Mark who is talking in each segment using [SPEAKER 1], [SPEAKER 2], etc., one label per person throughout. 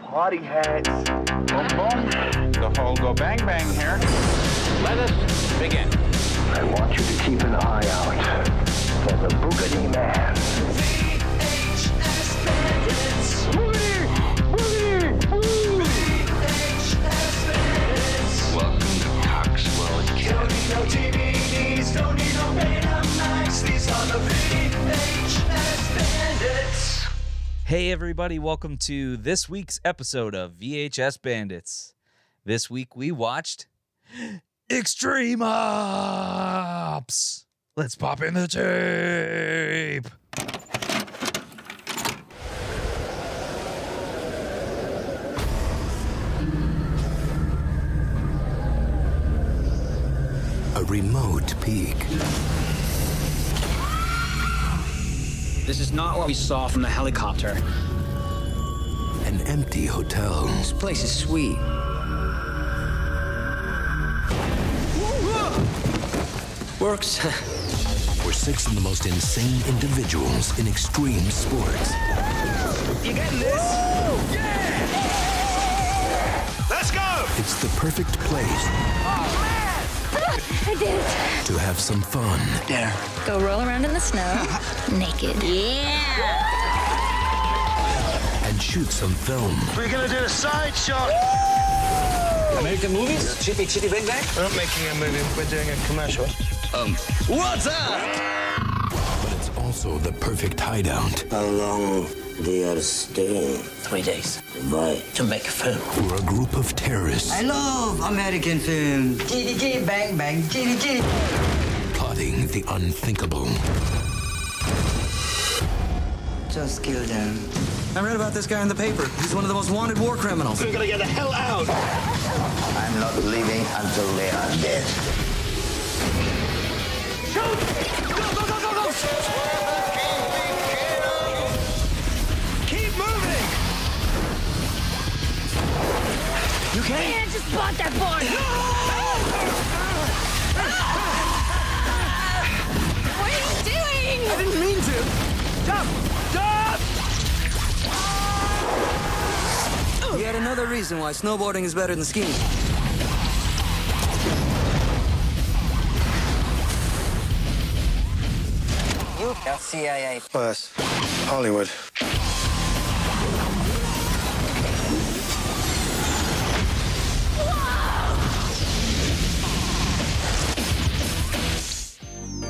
[SPEAKER 1] party hats.
[SPEAKER 2] Boom, boom. The whole go bang bang here. Let us begin.
[SPEAKER 1] I want you to keep an eye out for the Boogity Man.
[SPEAKER 3] Welcome to Coxwell Academy.
[SPEAKER 4] Hey, everybody, welcome to this week's episode of VHS Bandits. This week we watched Extreme Ops. Let's pop in the tape.
[SPEAKER 5] A remote peak.
[SPEAKER 6] This is not what we saw from the helicopter.
[SPEAKER 5] An empty hotel.
[SPEAKER 7] This place is sweet.
[SPEAKER 5] Works. Where six of the most insane individuals in extreme sports
[SPEAKER 4] You getting this?
[SPEAKER 5] It's the perfect place
[SPEAKER 8] I did it.
[SPEAKER 5] to have some fun
[SPEAKER 8] Go roll around in the snow, naked. Yeah.
[SPEAKER 5] and shoot some film.
[SPEAKER 1] We're gonna do a side shot.
[SPEAKER 9] Um,
[SPEAKER 5] But it's also the perfect hideout
[SPEAKER 9] How long do you stay? Three days. Why? To make a film.
[SPEAKER 5] for a group of terrorists
[SPEAKER 7] I love American film. Giddy giddy bang bang giddy giddy.
[SPEAKER 5] plotting the unthinkable.
[SPEAKER 7] Just kill them. I read about this guy in the paper. He's one of the most wanted war criminals.
[SPEAKER 9] I'm not leaving until they are dead.
[SPEAKER 8] I just bought that board. what are you doing? I didn't mean to.
[SPEAKER 7] Yet another reason why snowboarding is better than skiing. You are CIA.
[SPEAKER 1] Plus, Hollywood.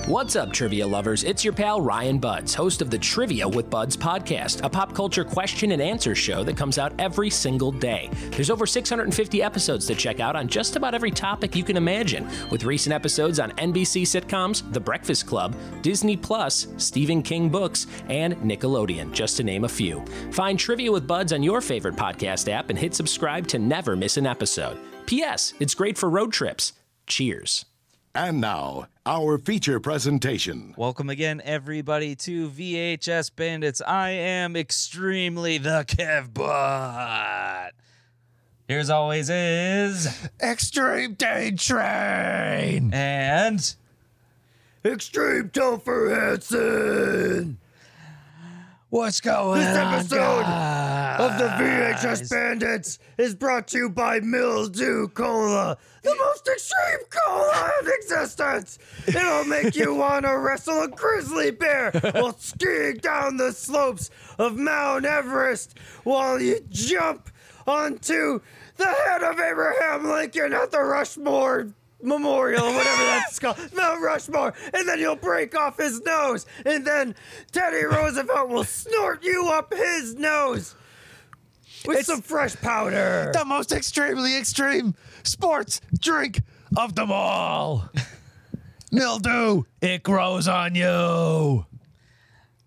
[SPEAKER 10] What's up, trivia lovers? It's your pal Ryan Buds, host of the Trivia with Buds podcast, a pop culture question and answer show that comes out every single day. There's over 650 episodes to check out on just about every topic you can imagine, with recent episodes on NBC sitcoms, The Breakfast Club, Disney Plus, Stephen King books, and Nickelodeon, just to name a few. Find Trivia with Buds on your favorite podcast app and hit subscribe to never miss an episode. P.S. It's great for road trips. Cheers.
[SPEAKER 11] And now, our feature presentation.
[SPEAKER 4] Welcome again, everybody, to VHS Bandits. I am extremely the Kevbot. Here's always is
[SPEAKER 11] Extreme Day Train!
[SPEAKER 4] and
[SPEAKER 11] Extreme Topher Hansen!
[SPEAKER 4] what's going
[SPEAKER 11] This
[SPEAKER 4] on,
[SPEAKER 11] episode of the VHS Bandits is brought to you by Mildew Cola, the most extreme cola in existence! It'll make you want to wrestle a grizzly bear while skiing down the slopes of Mount Everest while you jump onto the head of Abraham Lincoln at the Rushmore Memorial, whatever that's called, Mount Rushmore, and then you'll break off his nose, and then Teddy Roosevelt will snort you up his nose with some fresh powder.
[SPEAKER 1] The most extremely extreme sports drink of them all. Mildew, it grows on you.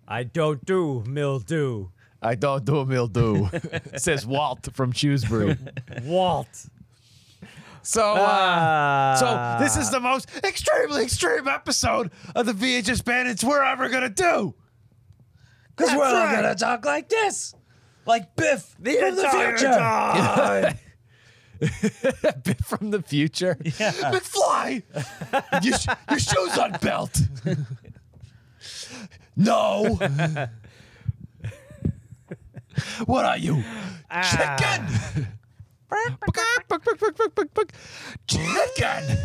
[SPEAKER 10] I don't do mildew.
[SPEAKER 11] I don't do a mildew, says Walt from Shrewsbury.
[SPEAKER 10] Walt.
[SPEAKER 11] So, uh, so this
[SPEAKER 4] Ah.
[SPEAKER 11] is the most extremely extreme episode of the VHS Bandits we're ever gonna do.
[SPEAKER 4] Because we're all
[SPEAKER 11] right.
[SPEAKER 4] gonna talk like this, like Biff from the
[SPEAKER 11] entire
[SPEAKER 4] future.
[SPEAKER 11] time.
[SPEAKER 10] from the future.
[SPEAKER 11] McFly, your, sh- your shoes on belt. No. what are you?
[SPEAKER 5] Chicken! Chicken!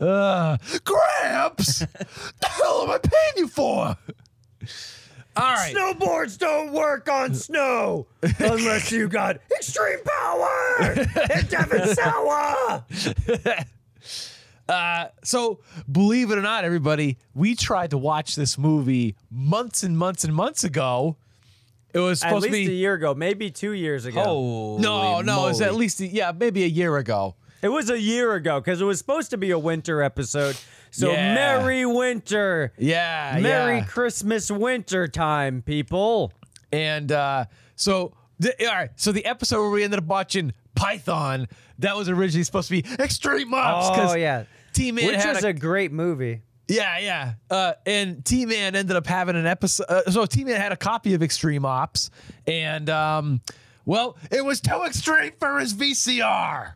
[SPEAKER 5] uh, Gramps! the hell am I paying you for? All right.
[SPEAKER 11] Snowboards don't work on snow unless you got extreme power and Devin Sawa.
[SPEAKER 5] Uh, so, believe it or not, everybody, we tried to watch this movie months and months and months ago. It was
[SPEAKER 4] At
[SPEAKER 5] supposed
[SPEAKER 4] least
[SPEAKER 5] to
[SPEAKER 4] a
[SPEAKER 5] be
[SPEAKER 4] year ago, maybe two years ago.
[SPEAKER 5] Holy No, no, it was at moly. least yeah, maybe a year ago.
[SPEAKER 4] It was a year ago because it was supposed to be a winter episode. So
[SPEAKER 5] Yeah.
[SPEAKER 4] merry winter.
[SPEAKER 5] Yeah,
[SPEAKER 4] Merry
[SPEAKER 5] yeah.
[SPEAKER 4] Christmas winter time, people.
[SPEAKER 5] And uh, so, the, all right. So the episode where we ended up watching Python that was originally supposed to be Extreme Ops. 'cause
[SPEAKER 4] Oh yeah.
[SPEAKER 5] T Man
[SPEAKER 4] Which
[SPEAKER 5] had
[SPEAKER 4] is a, great movie.
[SPEAKER 5] yeah, yeah. Uh, and T Man ended up having an episode. Uh, so T Man had a copy of Extreme Ops, and um, well, it was too extreme for his VCR.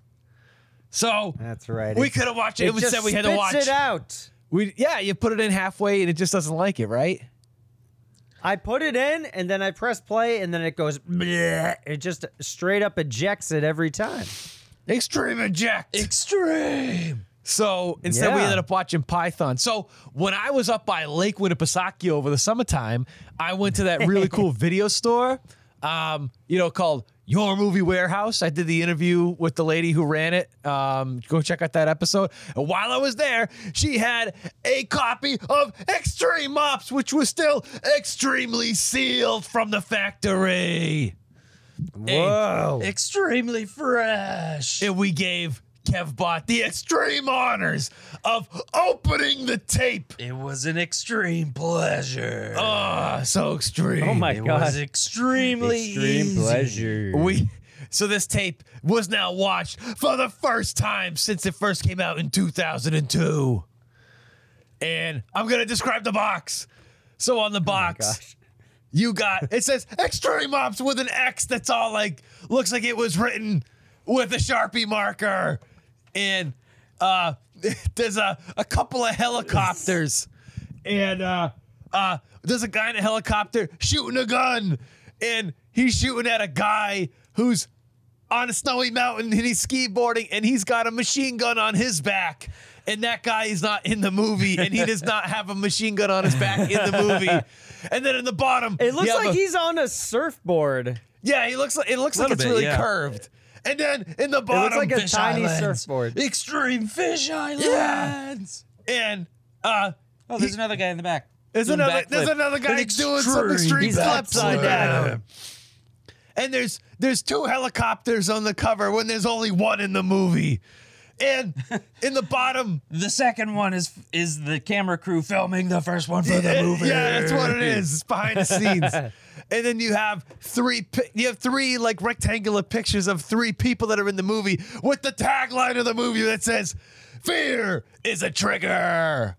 [SPEAKER 5] So
[SPEAKER 4] That's right.
[SPEAKER 5] we could have watched it. It, was
[SPEAKER 4] just
[SPEAKER 5] said we had to
[SPEAKER 4] spits
[SPEAKER 5] watch
[SPEAKER 4] it out.
[SPEAKER 5] We yeah, you put it in halfway and it just doesn't like it, right?
[SPEAKER 4] I put it in and then I press play and then it goes. bleh. It just straight up ejects it every time.
[SPEAKER 5] Extreme eject. Extreme. So instead, we
[SPEAKER 4] Yeah.
[SPEAKER 5] ended up watching Python. So when I was up by Lakewood and Pisaccio over the summertime, I went to that really cool video store, um, you know, called Your Movie Warehouse. I did the interview with the lady who ran it. Um, go check out that episode. And while I was there, she had a copy of Extreme Ops, which was still extremely sealed from the factory. Whoa. Extremely fresh. And we gave Kevbot the extreme honors of opening the tape.
[SPEAKER 3] It was an extreme pleasure.
[SPEAKER 5] Oh, so extreme.
[SPEAKER 4] Oh my
[SPEAKER 3] it
[SPEAKER 4] God.
[SPEAKER 3] was extremely
[SPEAKER 4] Extreme
[SPEAKER 3] easy.
[SPEAKER 4] pleasure.
[SPEAKER 5] We so this tape was now watched for the first time since it first came out in 2002. And I'm going to describe the box. So on
[SPEAKER 4] Oh
[SPEAKER 5] the box, you got it says Extreme Ops with an X that's all like looks like it was written with a Sharpie marker. And uh there's a, a couple of helicopters. And uh uh there's a guy in a helicopter shooting a gun and he's shooting at a guy who's on a snowy mountain and he's ski boarding and he's got a machine gun on his back. And that guy is not in the movie and he does not have a machine gun on his back in the movie. And then in the bottom,
[SPEAKER 4] It looks
[SPEAKER 5] you have
[SPEAKER 4] like
[SPEAKER 5] a-
[SPEAKER 4] he's on a surfboard.
[SPEAKER 5] yeah, he looks like it looks like
[SPEAKER 3] Little
[SPEAKER 5] it's
[SPEAKER 3] bit,
[SPEAKER 5] really
[SPEAKER 3] yeah.
[SPEAKER 5] curved. And then in the bottom,
[SPEAKER 4] like a
[SPEAKER 5] fish
[SPEAKER 4] tiny
[SPEAKER 5] eye lens.
[SPEAKER 4] surfboard.
[SPEAKER 3] Extreme fish islands.
[SPEAKER 5] Yeah. And uh,
[SPEAKER 3] Oh, there's another guy in the back.
[SPEAKER 5] There's
[SPEAKER 3] Doing
[SPEAKER 5] another
[SPEAKER 3] backflip.
[SPEAKER 5] there's another guy
[SPEAKER 3] An
[SPEAKER 5] doing some extreme
[SPEAKER 3] He's
[SPEAKER 5] flips on
[SPEAKER 3] backflip.
[SPEAKER 5] that. And there's there's two helicopters on the cover when there's only one in the movie. And in the bottom,
[SPEAKER 3] The second one is is the camera crew filming the first one for the movie.
[SPEAKER 5] yeah, that's what it is. It's behind the scenes. And then you have three pi- you have three like rectangular pictures of three people that are in the movie with the tagline of the movie that says "Fear is a trigger."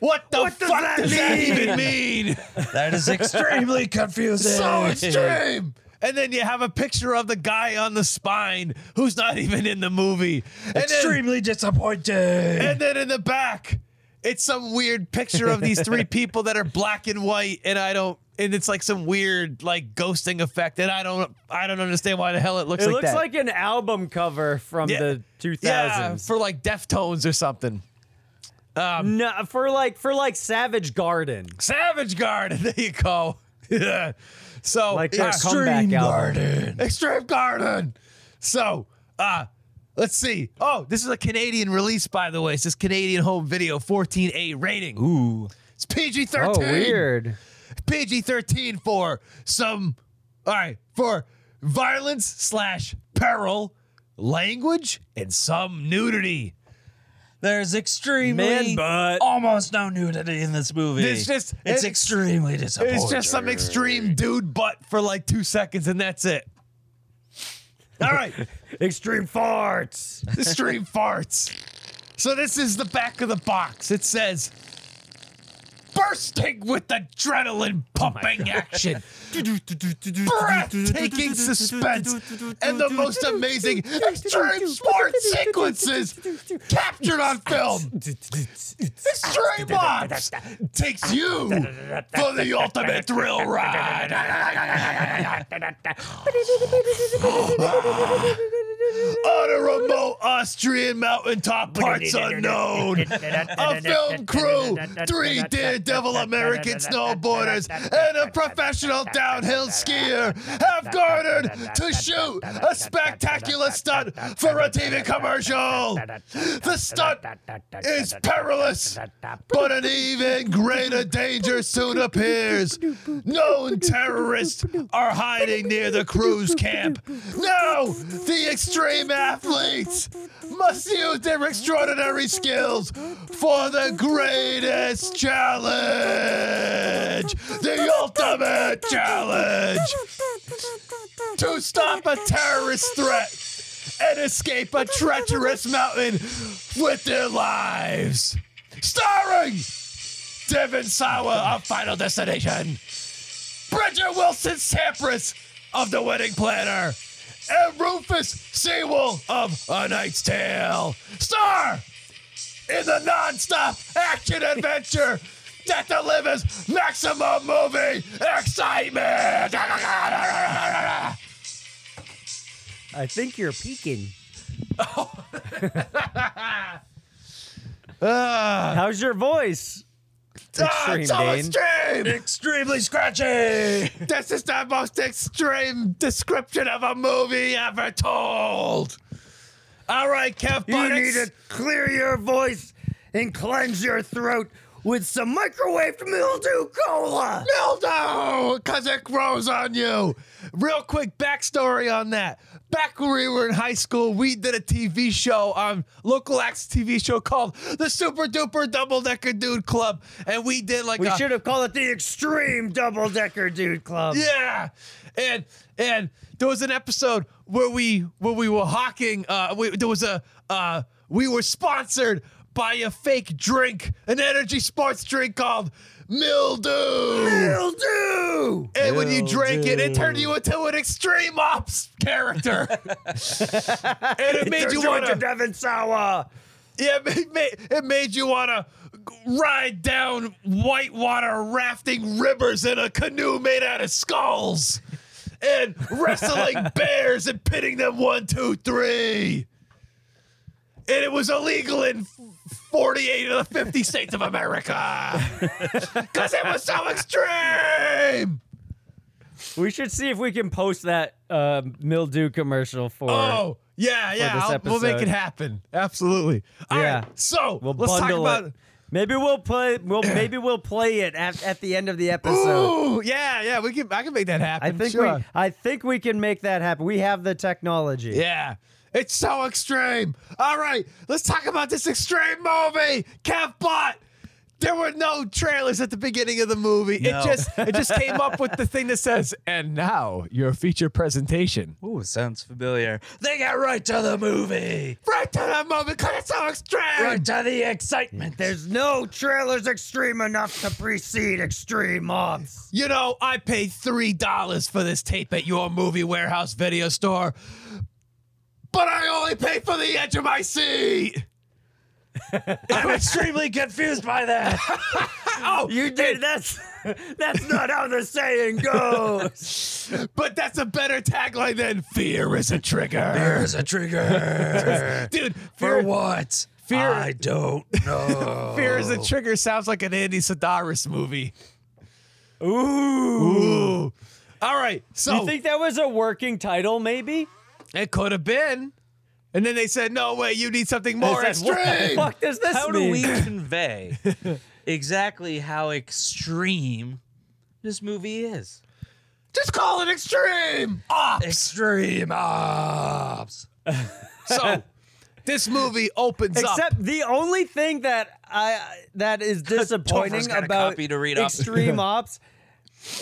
[SPEAKER 5] What the
[SPEAKER 11] What does
[SPEAKER 5] fuck
[SPEAKER 11] that
[SPEAKER 5] does that
[SPEAKER 11] mean?
[SPEAKER 5] even mean?
[SPEAKER 3] That is extremely confusing.
[SPEAKER 5] so extreme. And then you have a picture of the guy on the spine who's not even in the movie. And then,
[SPEAKER 3] Extremely disappointing.
[SPEAKER 5] and then in the back, it's some weird picture of these three people that are black and white, and I don't. And it's like some weird like ghosting effect, and I don't. I don't understand why the hell it looks
[SPEAKER 4] It
[SPEAKER 5] like
[SPEAKER 4] looks
[SPEAKER 5] that.
[SPEAKER 4] like an album cover from
[SPEAKER 5] Yeah.
[SPEAKER 4] the 2000s.
[SPEAKER 5] yeah, for like Deftones or something.
[SPEAKER 4] Um, no, for like for like Savage Garden.
[SPEAKER 5] Savage Garden. There you go. Yeah. So
[SPEAKER 4] Like their comeback album.
[SPEAKER 5] Extreme Garden. So, uh, let's see. Oh, this is a Canadian release, by the way. It says Canadian Home Video 14A rating. Ooh. It's PG 13.
[SPEAKER 4] Oh, weird.
[SPEAKER 5] PG 13 for some, all right, for violence slash peril, language, and some nudity.
[SPEAKER 3] There's extremely
[SPEAKER 4] Man butt.
[SPEAKER 3] almost no nudity in this movie.
[SPEAKER 5] It's just-
[SPEAKER 3] it's,
[SPEAKER 5] it's-
[SPEAKER 3] extremely disappointing.
[SPEAKER 5] It's just some extreme dude butt for like two seconds, and that's it. All right.
[SPEAKER 4] Extreme farts.
[SPEAKER 5] the stream farts. So this is the back of the box. It says bursting with adrenaline pumping action, breathtaking suspense, and the most amazing extreme sports sequences captured on film. Extreme Ops takes you for the ultimate thrill ride. On a remote Austrian mountaintop, parts unknown. A film crew, three daredevil American snowboarders, and a professional downhill skier have garnered to shoot a spectacular stunt for a TV commercial. The stunt is perilous, but an even greater danger soon appears. Known terrorists are hiding near the cruise camp. Now, the extreme athletes must use their extraordinary skills for the greatest challenge the ultimate challenge to stop a terrorist threat and escape a treacherous mountain with their lives. Starring Devin Sawa of Final Destination, Bridget Wilson Sampras of The Wedding Planner, and Rufus Sewell of A Knight's Tale. Star in the non-stop action adventure that delivers maximum movie excitement.
[SPEAKER 4] I think you're peaking. How's your voice?
[SPEAKER 5] Ah, it's so
[SPEAKER 4] Dane?
[SPEAKER 5] extreme! Extremely scratchy! This is the most extreme description of a movie ever told! All right, Kev,
[SPEAKER 11] You need to clear your voice and cleanse your throat with some microwaved mildew cola.
[SPEAKER 5] Mildew! Because it grows on you! Real quick backstory on that. Back when we were in high school, we did a TV show, um, local acts TV show called The Super Duper Double Decker Dude Club. And we did like
[SPEAKER 11] We
[SPEAKER 5] a-
[SPEAKER 11] should have called it the Extreme Double Decker Dude Club.
[SPEAKER 5] Yeah, and and there was an episode where we where we were hawking. Uh, we, there was a uh, we were sponsored by a fake drink, an energy sports drink called Mildew.
[SPEAKER 11] Mildew.
[SPEAKER 5] And when you drank it, it turned you into an extreme ops character, and it made you want to
[SPEAKER 11] Devin Sawa.
[SPEAKER 5] yeah, it made, it made you want to ride down whitewater rafting rivers in a canoe made out of skulls and wrestling bears and pitting them one, two, three. And it was illegal in 48 of the 50 states of America because it was so extreme.
[SPEAKER 4] We should see if we can post that uh, mildew commercial for.
[SPEAKER 5] Oh, yeah,
[SPEAKER 4] for
[SPEAKER 5] yeah.
[SPEAKER 4] this
[SPEAKER 5] I'll- we'll make it
[SPEAKER 4] episode.
[SPEAKER 5] happen. Absolutely. All right,
[SPEAKER 4] yeah.
[SPEAKER 5] so
[SPEAKER 4] we'll
[SPEAKER 5] let's talk
[SPEAKER 4] bundle
[SPEAKER 5] about.
[SPEAKER 4] It. Maybe we'll play. We'll maybe we'll play it at, at the end of the episode.
[SPEAKER 5] Ooh, yeah, yeah. We can. I can make that happen.
[SPEAKER 4] I think
[SPEAKER 5] sure.
[SPEAKER 4] we. I think we can make that happen. We have the technology.
[SPEAKER 5] Yeah. It's so extreme. All right, let's talk about this extreme movie, Kev Bot. There were no trailers at the beginning of the movie. It
[SPEAKER 3] No.
[SPEAKER 5] just it just came up with the thing that says, and now your feature presentation.
[SPEAKER 3] Ooh, sounds familiar. They got right to the movie.
[SPEAKER 5] Right to the movie, because it's so extreme.
[SPEAKER 3] Right to the excitement.
[SPEAKER 11] There's no trailers extreme enough to precede Extreme Ops.
[SPEAKER 5] You know, I paid three dollars for this tape at your movie warehouse video store, but I only paid for the edge of my seat.
[SPEAKER 3] I'm extremely confused by that.
[SPEAKER 5] Oh,
[SPEAKER 11] You did. That's that's not how the saying goes.
[SPEAKER 5] but that's a better tagline than "Fear is a trigger."
[SPEAKER 3] There's a trigger.
[SPEAKER 5] Dude,
[SPEAKER 3] For
[SPEAKER 5] fear,
[SPEAKER 3] what?
[SPEAKER 5] fear-
[SPEAKER 3] I don't know.
[SPEAKER 5] fear is a trigger sounds like an Andy Sedaris movie.
[SPEAKER 4] Ooh.
[SPEAKER 5] Ooh. All right. So
[SPEAKER 4] You think that was a working title? Maybe.
[SPEAKER 5] it could have been. And then they said, no way, you need something
[SPEAKER 4] I
[SPEAKER 5] more
[SPEAKER 4] said, what the
[SPEAKER 5] extreme.
[SPEAKER 4] fuck does this
[SPEAKER 3] How do
[SPEAKER 4] mean?
[SPEAKER 3] we convey exactly how extreme this movie is?
[SPEAKER 5] Just call it extreme. Ops.
[SPEAKER 3] Extreme ops.
[SPEAKER 5] so this movie opens up.
[SPEAKER 4] Except the only thing that I that is disappointing
[SPEAKER 3] got a
[SPEAKER 4] about
[SPEAKER 3] copy to read off.
[SPEAKER 4] Extreme Ops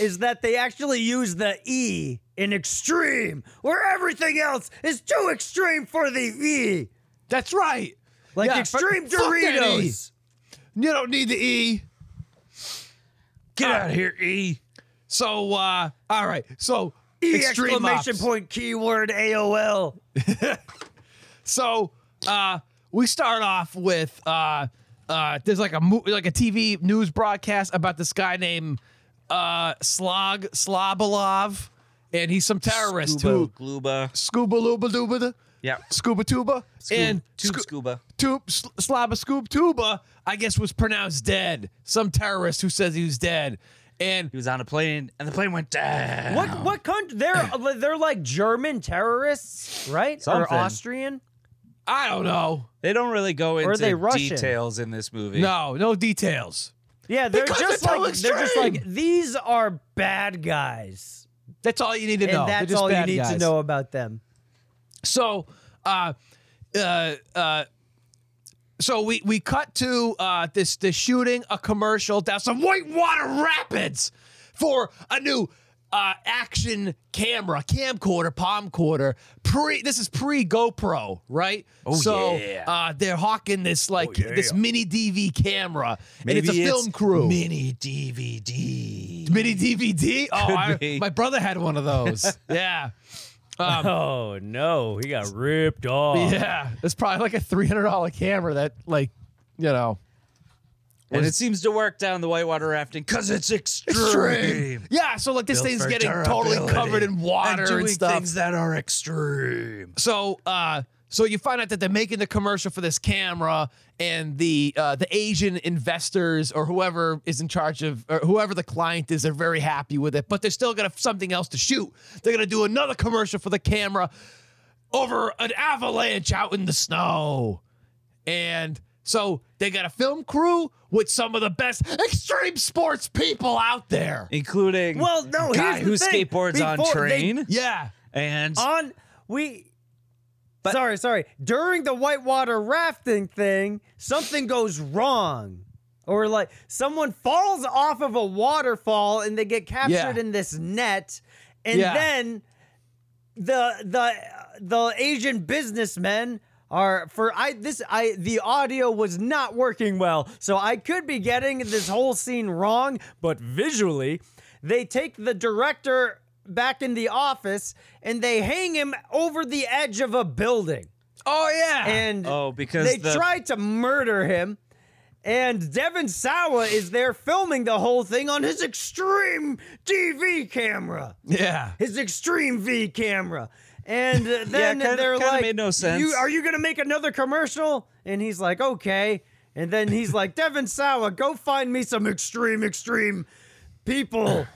[SPEAKER 4] is that they actually use the E in Extreme, where everything else is too extreme for the E,
[SPEAKER 5] That's right.
[SPEAKER 4] like
[SPEAKER 5] Yeah,
[SPEAKER 4] Extreme
[SPEAKER 5] fuck that E.
[SPEAKER 4] Doritos.
[SPEAKER 5] You don't need the E. Get out of here, E. So, uh, all right. So,
[SPEAKER 4] E
[SPEAKER 5] extreme
[SPEAKER 4] exclamation
[SPEAKER 5] ops.
[SPEAKER 4] point keyword AOL.
[SPEAKER 5] So, uh, we start off with uh, uh, there's like a mo- like a TV news broadcast about this guy named uh, Slog Slobolov, and he's some terrorist who
[SPEAKER 3] Scuba, Gluba.
[SPEAKER 5] scuba luba duba da-
[SPEAKER 3] Yeah.
[SPEAKER 5] scuba tuba
[SPEAKER 3] Scuba,
[SPEAKER 5] and
[SPEAKER 3] tube
[SPEAKER 5] scu-
[SPEAKER 3] scuba.
[SPEAKER 5] tube s- slaba scoop tuba i guess was pronounced dead some terrorist who says he was dead and
[SPEAKER 3] he was on a plane and the plane went down
[SPEAKER 4] What what country? They're they're like German terrorists, right? Or
[SPEAKER 3] Something.
[SPEAKER 4] Austrian?
[SPEAKER 5] i don't know
[SPEAKER 3] They don't really go
[SPEAKER 4] Or
[SPEAKER 3] into
[SPEAKER 4] are they Russian?
[SPEAKER 3] details in this movie.
[SPEAKER 5] no no details
[SPEAKER 4] Yeah, they're
[SPEAKER 5] Because
[SPEAKER 4] just
[SPEAKER 5] they're too
[SPEAKER 4] like they're just like
[SPEAKER 5] extreme.
[SPEAKER 4] these are bad guys,
[SPEAKER 5] that's all you need to
[SPEAKER 4] and
[SPEAKER 5] know They're
[SPEAKER 4] that's
[SPEAKER 5] just
[SPEAKER 4] all you
[SPEAKER 5] bad
[SPEAKER 4] need to
[SPEAKER 5] guys.
[SPEAKER 4] know about them.
[SPEAKER 5] So, uh, uh, uh, so we we cut to uh, this this shooting a commercial down some whitewater rapids for a new. Uh, action camera, camcorder, palmcorder. Pre, this is pre GoPro, right? Oh so,
[SPEAKER 3] yeah. Oh,
[SPEAKER 5] Uh, they're hawking this like this mini DV camera,
[SPEAKER 3] Maybe
[SPEAKER 5] and it's a film
[SPEAKER 3] it's
[SPEAKER 5] crew.
[SPEAKER 3] Mini DVD.
[SPEAKER 5] mini DVD. Oh,
[SPEAKER 3] Could
[SPEAKER 5] I,
[SPEAKER 3] be.
[SPEAKER 5] my brother had one of those. yeah. Um,
[SPEAKER 4] Oh no, he got ripped off.
[SPEAKER 5] Yeah, it's probably like a three hundred dollar camera that, like, you know,
[SPEAKER 3] And it seems to work down the whitewater rafting because it's extreme.
[SPEAKER 5] Yeah, so like this
[SPEAKER 3] Built
[SPEAKER 5] thing's
[SPEAKER 3] for
[SPEAKER 5] getting totally
[SPEAKER 3] durability
[SPEAKER 5] covered in water
[SPEAKER 3] and,
[SPEAKER 5] and,
[SPEAKER 3] doing
[SPEAKER 5] stuff.
[SPEAKER 3] things that are extreme.
[SPEAKER 5] so, uh, so you find out that they're making the commercial for this camera, and the uh, the Asian investors or whoever is in charge of or whoever the client is, they're very happy with it, but they're still gonna have something else to shoot. They're gonna do another commercial for the camera over an avalanche out in the snow. And so they got a film crew with some of the best extreme sports people out there.
[SPEAKER 3] Including
[SPEAKER 4] Well, no,
[SPEAKER 3] a guy
[SPEAKER 4] here's the
[SPEAKER 3] who
[SPEAKER 4] thing.
[SPEAKER 3] skateboards on
[SPEAKER 4] Before they-
[SPEAKER 3] train
[SPEAKER 5] Yeah.
[SPEAKER 3] and
[SPEAKER 4] on we sorry sorry during the whitewater rafting thing something goes wrong or like someone falls off of a waterfall and they get captured
[SPEAKER 5] Yeah.
[SPEAKER 4] in this net and
[SPEAKER 5] Yeah.
[SPEAKER 4] then the the the asian businessmen are for i this i the audio was not working well so i could be getting this whole scene wrong but visually they take the director back in the office and they hang him over the edge of a building
[SPEAKER 5] Oh yeah.
[SPEAKER 4] and
[SPEAKER 3] Oh, because
[SPEAKER 4] they
[SPEAKER 3] the-
[SPEAKER 4] tried to murder him and Devin Sawa is there filming the whole thing on his extreme TV camera
[SPEAKER 5] yeah.
[SPEAKER 4] his extreme V camera. And uh, then
[SPEAKER 3] kinda-
[SPEAKER 4] they're
[SPEAKER 3] kinda
[SPEAKER 4] like,
[SPEAKER 3] made no sense.
[SPEAKER 4] You, are you going to make another commercial? And he's like, okay. And then he's like, Devin Sawa, go find me some extreme, extreme people to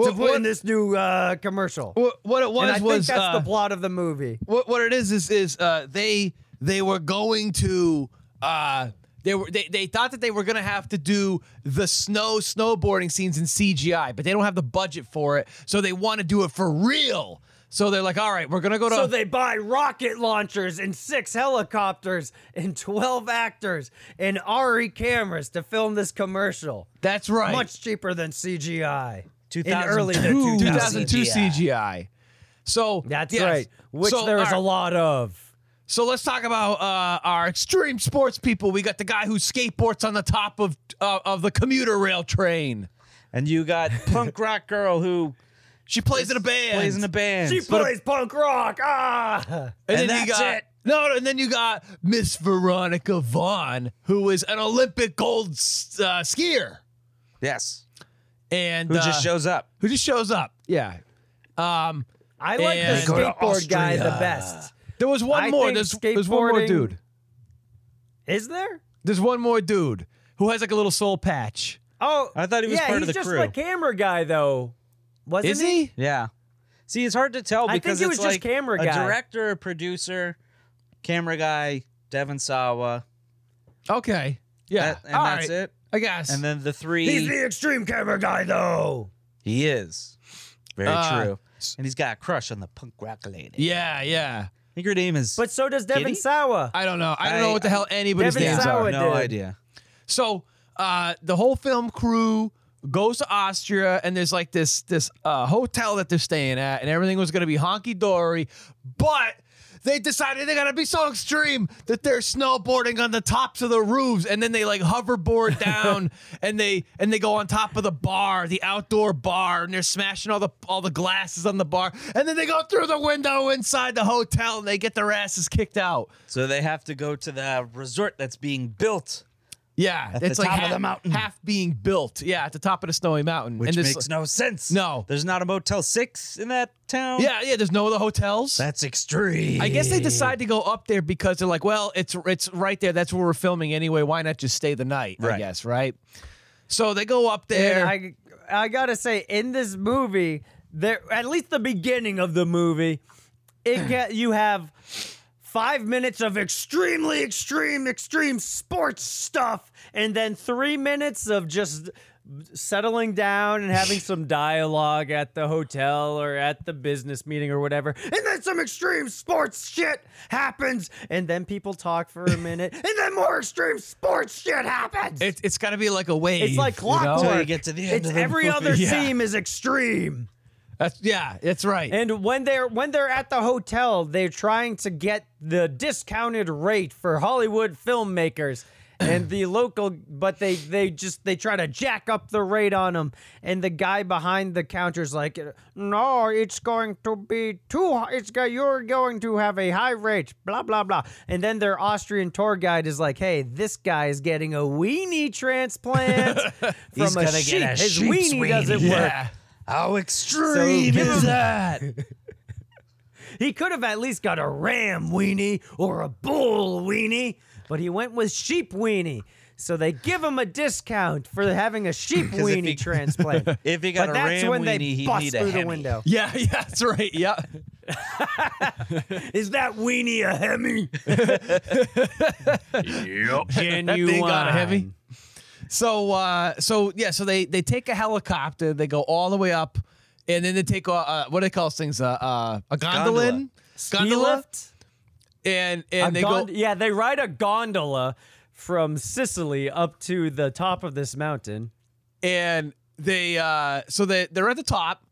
[SPEAKER 5] What,
[SPEAKER 4] put
[SPEAKER 5] what,
[SPEAKER 4] in this new uh, commercial.
[SPEAKER 5] what, what it was
[SPEAKER 4] and I
[SPEAKER 5] was
[SPEAKER 4] think that's
[SPEAKER 5] uh,
[SPEAKER 4] the plot of the movie.
[SPEAKER 5] what what it is is is uh, they they were going to uh, they were they, they thought that they were gonna have to do the snow snowboarding scenes in CGI, but they don't have the budget for it, so they want to do it for real. So they're like, all right, we're gonna go to
[SPEAKER 4] So they buy rocket launchers and six helicopters and 12 actors and Ari cameras to film this commercial.
[SPEAKER 5] that's right,
[SPEAKER 4] Much cheaper than CGI. In
[SPEAKER 3] 2002.
[SPEAKER 4] early
[SPEAKER 5] 2002
[SPEAKER 3] 2002
[SPEAKER 5] CGI. So
[SPEAKER 4] That's
[SPEAKER 5] yes.
[SPEAKER 4] right. Which
[SPEAKER 5] So,
[SPEAKER 4] there is a
[SPEAKER 5] all right.
[SPEAKER 4] lot of.
[SPEAKER 5] So let's talk about uh, our extreme sports people. We got the guy who skateboards on the top of uh, of the commuter rail train.
[SPEAKER 3] and you got punk rock girl who
[SPEAKER 5] She plays in a band.
[SPEAKER 3] plays in a band.
[SPEAKER 4] She plays punk rock. Ah.
[SPEAKER 5] And,
[SPEAKER 3] And
[SPEAKER 5] then you
[SPEAKER 3] that's
[SPEAKER 5] got
[SPEAKER 3] it.
[SPEAKER 5] no, no, and then you got Miss Veronica Vaughn, who is an Olympic gold s- uh, skier,
[SPEAKER 3] yes,
[SPEAKER 5] and
[SPEAKER 3] who
[SPEAKER 5] uh,
[SPEAKER 3] just shows up.
[SPEAKER 5] who just shows up. Yeah. Um,
[SPEAKER 4] I like
[SPEAKER 5] And
[SPEAKER 4] the
[SPEAKER 5] go to
[SPEAKER 4] skateboard guy the
[SPEAKER 5] Austria.
[SPEAKER 4] best.
[SPEAKER 5] there was one
[SPEAKER 4] I
[SPEAKER 5] more.
[SPEAKER 4] think
[SPEAKER 5] There's, there's one more
[SPEAKER 4] skateboarding-
[SPEAKER 5] dude.
[SPEAKER 4] Is there?
[SPEAKER 5] There's one more dude who has like a little soul patch.
[SPEAKER 4] Oh,
[SPEAKER 3] I thought he was
[SPEAKER 4] yeah,
[SPEAKER 3] part
[SPEAKER 4] he's
[SPEAKER 3] of the
[SPEAKER 4] just
[SPEAKER 3] crew.
[SPEAKER 4] the camera guy though. Wasn't
[SPEAKER 5] Is he?
[SPEAKER 3] Yeah. See, it's hard to tell
[SPEAKER 4] I think
[SPEAKER 3] because
[SPEAKER 4] it was
[SPEAKER 3] it's
[SPEAKER 4] just
[SPEAKER 3] like
[SPEAKER 4] camera
[SPEAKER 3] a
[SPEAKER 4] guy.
[SPEAKER 3] director, a producer, camera guy, Devin Sawa.
[SPEAKER 5] Okay. Yeah.
[SPEAKER 3] That- and
[SPEAKER 5] All
[SPEAKER 3] that's
[SPEAKER 5] right.
[SPEAKER 3] it.
[SPEAKER 5] I guess.
[SPEAKER 3] And then the three.
[SPEAKER 4] He's the extreme camera guy though.
[SPEAKER 3] he is. Very
[SPEAKER 5] Uh,
[SPEAKER 3] true. And he's got a crush on the punk rock lady.
[SPEAKER 5] yeah. Yeah.
[SPEAKER 3] I think her name is.
[SPEAKER 4] But so does Devin
[SPEAKER 3] Kitty?
[SPEAKER 4] Sawa.
[SPEAKER 5] I don't know. I don't know
[SPEAKER 3] I-
[SPEAKER 5] what the hell anybody's
[SPEAKER 4] Devin
[SPEAKER 5] names
[SPEAKER 4] Sawa
[SPEAKER 5] are.
[SPEAKER 4] did.
[SPEAKER 3] no idea.
[SPEAKER 5] So uh, the whole film crew goes to Austria, and there's like this this uh, hotel that they're staying at, and everything was gonna be honky dory, but they decided they gotta be so extreme that they're snowboarding on the tops of the roofs, and then they like hoverboard down, and they and they go on top of the bar, the outdoor bar, and they're smashing all the all the glasses on the bar, and then they go through the window inside the hotel, and they get their asses kicked out.
[SPEAKER 3] So they have to go to the resort that's being built.
[SPEAKER 5] Yeah,
[SPEAKER 3] At the
[SPEAKER 5] it's like
[SPEAKER 3] top of
[SPEAKER 5] half,
[SPEAKER 3] the mountain.
[SPEAKER 5] half being built. Yeah, at the top of the snowy mountain,
[SPEAKER 3] Which
[SPEAKER 5] this-
[SPEAKER 3] makes no sense.
[SPEAKER 5] No,
[SPEAKER 3] there's not a Motel Six in that town.
[SPEAKER 5] Yeah, yeah. There's no other hotels.
[SPEAKER 3] That's extreme.
[SPEAKER 5] I guess they decide to go up there because they're like, well, it's it's right there. That's where we're filming anyway. Why not just stay the night? I
[SPEAKER 3] Right.
[SPEAKER 5] guess right. So they go up there.
[SPEAKER 4] And I I gotta say, in this movie, there at least the beginning of the movie, it get you have five minutes of extremely extreme extreme sports stuff, and then three minutes of just settling down and having some dialogue at the hotel or at the business meeting or whatever and then some extreme sports shit happens and then people talk for a minute and then more extreme sports shit happens
[SPEAKER 5] it, it's got to be like a wave.
[SPEAKER 4] it's like
[SPEAKER 5] you know?
[SPEAKER 4] clockwork. it's every other
[SPEAKER 5] Yeah.
[SPEAKER 4] team is extreme.
[SPEAKER 5] That's, yeah, that's right.
[SPEAKER 4] And when they're when they're at the hotel, they're trying to get the discounted rate for Hollywood filmmakers. And the local, but they they just they try to jack up the rate on them, and the guy behind the counter's like, "No, it's going to be too. hi- It's go- you're going to have a high rate." Blah blah blah. And then their Austrian tour guide is like, "Hey, this guy is getting a weenie transplant from
[SPEAKER 3] He's
[SPEAKER 4] a
[SPEAKER 3] gonna
[SPEAKER 4] sheep.
[SPEAKER 3] get a
[SPEAKER 4] His
[SPEAKER 3] sheep's
[SPEAKER 4] weenie doesn't
[SPEAKER 3] weenie."
[SPEAKER 4] work."
[SPEAKER 3] Yeah. How extreme
[SPEAKER 4] give
[SPEAKER 3] is
[SPEAKER 4] him-
[SPEAKER 3] that?
[SPEAKER 4] He could have at least got a ram weenie or a bull weenie, but he went with sheep weenie. So they give him a discount for having a sheep
[SPEAKER 3] 'Cause if
[SPEAKER 4] weenie
[SPEAKER 3] he-
[SPEAKER 4] transplant.
[SPEAKER 3] if he got
[SPEAKER 4] but
[SPEAKER 3] a
[SPEAKER 4] that's
[SPEAKER 3] ram
[SPEAKER 4] when
[SPEAKER 3] weenie,
[SPEAKER 4] they
[SPEAKER 3] he'd
[SPEAKER 4] bust
[SPEAKER 3] need a
[SPEAKER 4] through the
[SPEAKER 3] Hemi.
[SPEAKER 4] window.
[SPEAKER 5] Yeah, yeah, that's right. Yeah.
[SPEAKER 4] Is that weenie a Hemi?
[SPEAKER 5] Yep. got a heavy. So uh, so yeah, so they they take a helicopter, they go all the way up, and then they take a uh, what do they call those things? Uh, uh, a gondolin, gondola,
[SPEAKER 4] lift?
[SPEAKER 5] and
[SPEAKER 4] A
[SPEAKER 5] and they
[SPEAKER 4] gond-
[SPEAKER 5] go
[SPEAKER 4] yeah, they ride a gondola from Sicily up to the top of this mountain.
[SPEAKER 5] and they uh so they they're at the top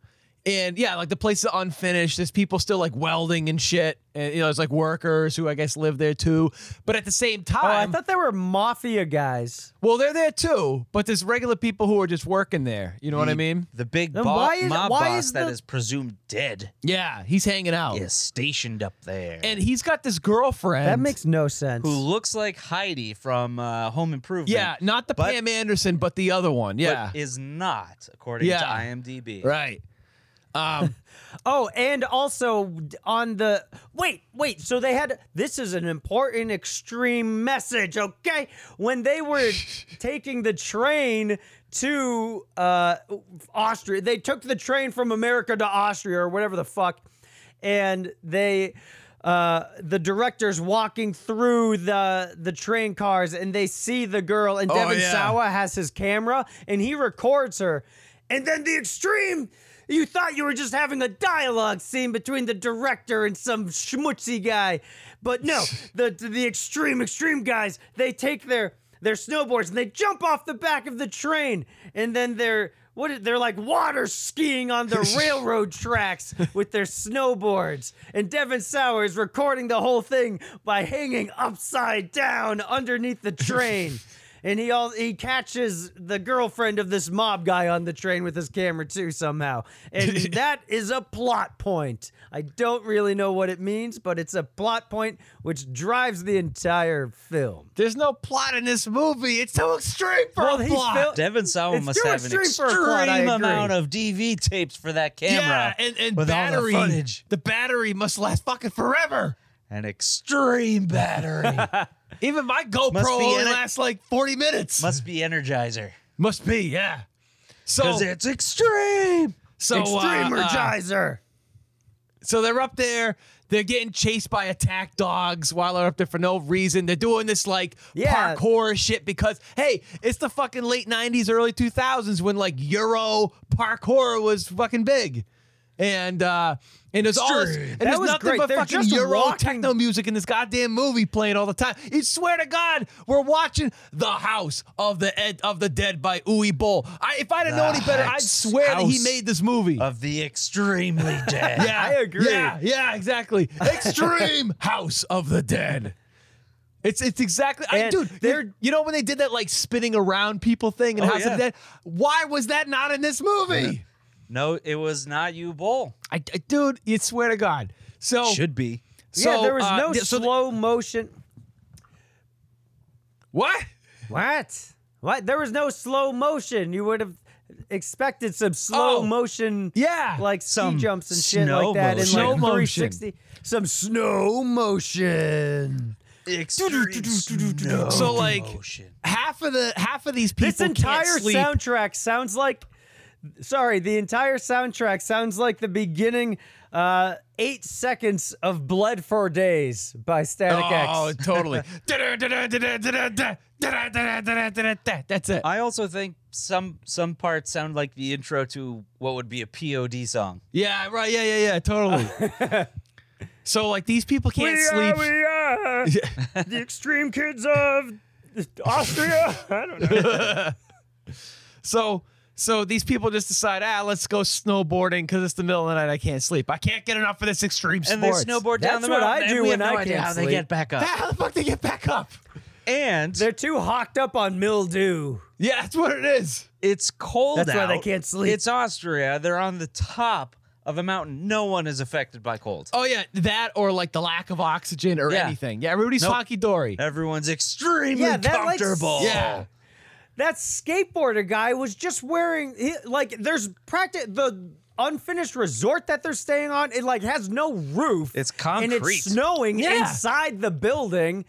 [SPEAKER 5] and yeah like the place is unfinished there's people still like welding and shit and you know it's like workers who i guess live there too but at the same
[SPEAKER 4] Oh, I
[SPEAKER 5] time
[SPEAKER 4] thought they were mafia guys.
[SPEAKER 5] well they're there too but there's regular people who are just working there you know what i
[SPEAKER 3] The-
[SPEAKER 5] mean
[SPEAKER 3] The big
[SPEAKER 4] Then
[SPEAKER 3] bo-
[SPEAKER 4] why is-
[SPEAKER 3] mob
[SPEAKER 4] why
[SPEAKER 3] boss
[SPEAKER 4] is
[SPEAKER 3] that
[SPEAKER 4] the-
[SPEAKER 3] is presumed dead
[SPEAKER 5] yeah he's hanging out
[SPEAKER 3] is stationed up there,
[SPEAKER 5] and he's got this girlfriend
[SPEAKER 4] That makes no sense.
[SPEAKER 3] who looks like Heidi from uh, Home Improvement.
[SPEAKER 5] yeah not the
[SPEAKER 3] but-
[SPEAKER 5] pam anderson but the other one
[SPEAKER 3] but
[SPEAKER 5] yeah
[SPEAKER 3] is not according
[SPEAKER 5] Yeah.
[SPEAKER 3] to IMDb.
[SPEAKER 5] right um
[SPEAKER 4] Oh, and also on the wait, wait. So they had this is an important extreme message, okay? When they were taking the train to uh Austria, they took the train from America to Austria or whatever the fuck, and they uh the director's walking through the the train cars and they see the girl and
[SPEAKER 5] Oh,
[SPEAKER 4] Devin
[SPEAKER 5] yeah.
[SPEAKER 4] Sawa has his camera and he records her. And then the extreme you thought you were just having a dialogue scene between the director and some schmutzy guy. But no, the the extreme extreme guys, they take their their snowboards and they jump off the back of the train and then they're what is, they're like water skiing on the railroad tracks with their snowboards. And Devin Sauer is recording the whole thing by hanging upside down underneath the train. And he all he catches the girlfriend of this mob guy on the train with his camera too somehow. And that is a plot point. I don't really know what it means, but it's a plot point which drives the entire film.
[SPEAKER 5] there's no plot in this movie it's so extreme for
[SPEAKER 4] Well,
[SPEAKER 5] a
[SPEAKER 4] he
[SPEAKER 5] plot
[SPEAKER 4] fil-
[SPEAKER 3] Devin Sawa
[SPEAKER 4] It's
[SPEAKER 3] must
[SPEAKER 4] too
[SPEAKER 3] have an
[SPEAKER 4] extreme for a
[SPEAKER 3] extreme
[SPEAKER 4] plot, I agree.
[SPEAKER 3] amount of DV tapes for that camera.
[SPEAKER 5] Yeah, and, and
[SPEAKER 3] with all the
[SPEAKER 5] battery.
[SPEAKER 3] footage.
[SPEAKER 5] the battery must last fucking forever.
[SPEAKER 3] An extreme battery.
[SPEAKER 5] Even my GoPro
[SPEAKER 3] Must be
[SPEAKER 5] only
[SPEAKER 3] in it.
[SPEAKER 5] lasts like 40 minutes.
[SPEAKER 3] Must be Energizer.
[SPEAKER 5] Must be, yeah. So,
[SPEAKER 3] Because it's extreme.
[SPEAKER 5] so, uh, uh,
[SPEAKER 4] Extremergizer.
[SPEAKER 5] so they're up there. They're getting chased by attack dogs while they're up there for no reason. They're doing this like
[SPEAKER 4] Yeah.
[SPEAKER 5] parkour shit because hey, it's the fucking late '90s, early 2000s when like Euro parkour was fucking big. and uh, and there's all this,
[SPEAKER 4] Street.
[SPEAKER 5] and
[SPEAKER 4] That
[SPEAKER 5] there's
[SPEAKER 4] was
[SPEAKER 5] nothing
[SPEAKER 4] great.
[SPEAKER 5] but
[SPEAKER 4] They're
[SPEAKER 5] fucking
[SPEAKER 4] just
[SPEAKER 5] Euro
[SPEAKER 4] walking-
[SPEAKER 5] techno music in this goddamn movie playing all the time. You swear to God, we're watching The House of the Ed, of the Dead by Uwe Boll. I, if I didn't know any better, I'd swear that he made this movie
[SPEAKER 3] of the extremely dead.
[SPEAKER 5] yeah, Yeah, yeah, exactly. Extreme House of the Dead. It's it's exactly, I, dude. They're you know when they did that like spinning around people thing in
[SPEAKER 3] Oh,
[SPEAKER 5] House
[SPEAKER 3] yeah.
[SPEAKER 5] of the Dead. Why was that not in this movie?
[SPEAKER 3] No, it was not you, Bull.
[SPEAKER 5] I, I- dude, you swear to God. So
[SPEAKER 3] Should be.
[SPEAKER 5] So
[SPEAKER 4] yeah, there was
[SPEAKER 5] uh,
[SPEAKER 4] no
[SPEAKER 5] th- so th-
[SPEAKER 4] slow motion.
[SPEAKER 5] what?
[SPEAKER 4] What? What? There was no slow motion. You would have expected some slow
[SPEAKER 5] Oh,
[SPEAKER 4] motion,
[SPEAKER 5] yeah,
[SPEAKER 4] like ski
[SPEAKER 3] some
[SPEAKER 4] jumps and shit
[SPEAKER 3] snow
[SPEAKER 4] like that,
[SPEAKER 3] motion.
[SPEAKER 4] in like
[SPEAKER 5] Snow
[SPEAKER 4] 360, some snow motion.
[SPEAKER 3] Extreme snow
[SPEAKER 5] So, like,
[SPEAKER 3] motion.
[SPEAKER 5] Half of the half of these people
[SPEAKER 4] this entire
[SPEAKER 5] can't sleep.
[SPEAKER 4] soundtrack sounds like, sorry, the entire soundtrack sounds like the beginning. Uh, eight seconds of Bled for Days by Static X.
[SPEAKER 5] oh, totally. That's it.
[SPEAKER 3] I also think some some parts sound like the intro to what would be a POD song.
[SPEAKER 5] Yeah, right. Yeah, yeah, yeah. Totally. so like these people can't sleep.
[SPEAKER 4] are uh, the extreme kids of Austria. I don't know.
[SPEAKER 5] So so these people just decide, ah, let's go snowboarding because it's the middle of the night. I can't sleep. I can't get enough of this extreme
[SPEAKER 3] And they
[SPEAKER 5] sports.
[SPEAKER 3] snowboard down
[SPEAKER 4] That's
[SPEAKER 3] the
[SPEAKER 4] what
[SPEAKER 3] mountain.
[SPEAKER 4] I
[SPEAKER 3] and
[SPEAKER 4] do
[SPEAKER 3] we have
[SPEAKER 4] when
[SPEAKER 3] no
[SPEAKER 4] I
[SPEAKER 3] idea
[SPEAKER 4] can't
[SPEAKER 3] how they
[SPEAKER 4] sleep.
[SPEAKER 3] get back up.
[SPEAKER 5] Ah, How the fuck they get back up?
[SPEAKER 3] And
[SPEAKER 4] They're too hawked up on mildew.
[SPEAKER 5] Yeah, that's what it is.
[SPEAKER 3] it's cold
[SPEAKER 4] That's why
[SPEAKER 3] out.
[SPEAKER 4] they can't sleep.
[SPEAKER 3] It's Austria. They're on the top of a mountain. No one is affected by cold.
[SPEAKER 5] Oh yeah, that or like the lack of oxygen or
[SPEAKER 3] Yeah.
[SPEAKER 5] anything. Yeah, everybody's
[SPEAKER 3] Nope.
[SPEAKER 5] hockey dory.
[SPEAKER 3] Everyone's extremely
[SPEAKER 4] Yeah, that, like,
[SPEAKER 3] comfortable.
[SPEAKER 5] Yeah.
[SPEAKER 4] That skateboarder guy was just wearing he, like there's practice the unfinished resort that they're staying on. It like has no roof.
[SPEAKER 3] It's
[SPEAKER 4] and
[SPEAKER 3] concrete.
[SPEAKER 4] it's snowing
[SPEAKER 5] Yeah.
[SPEAKER 4] inside the building,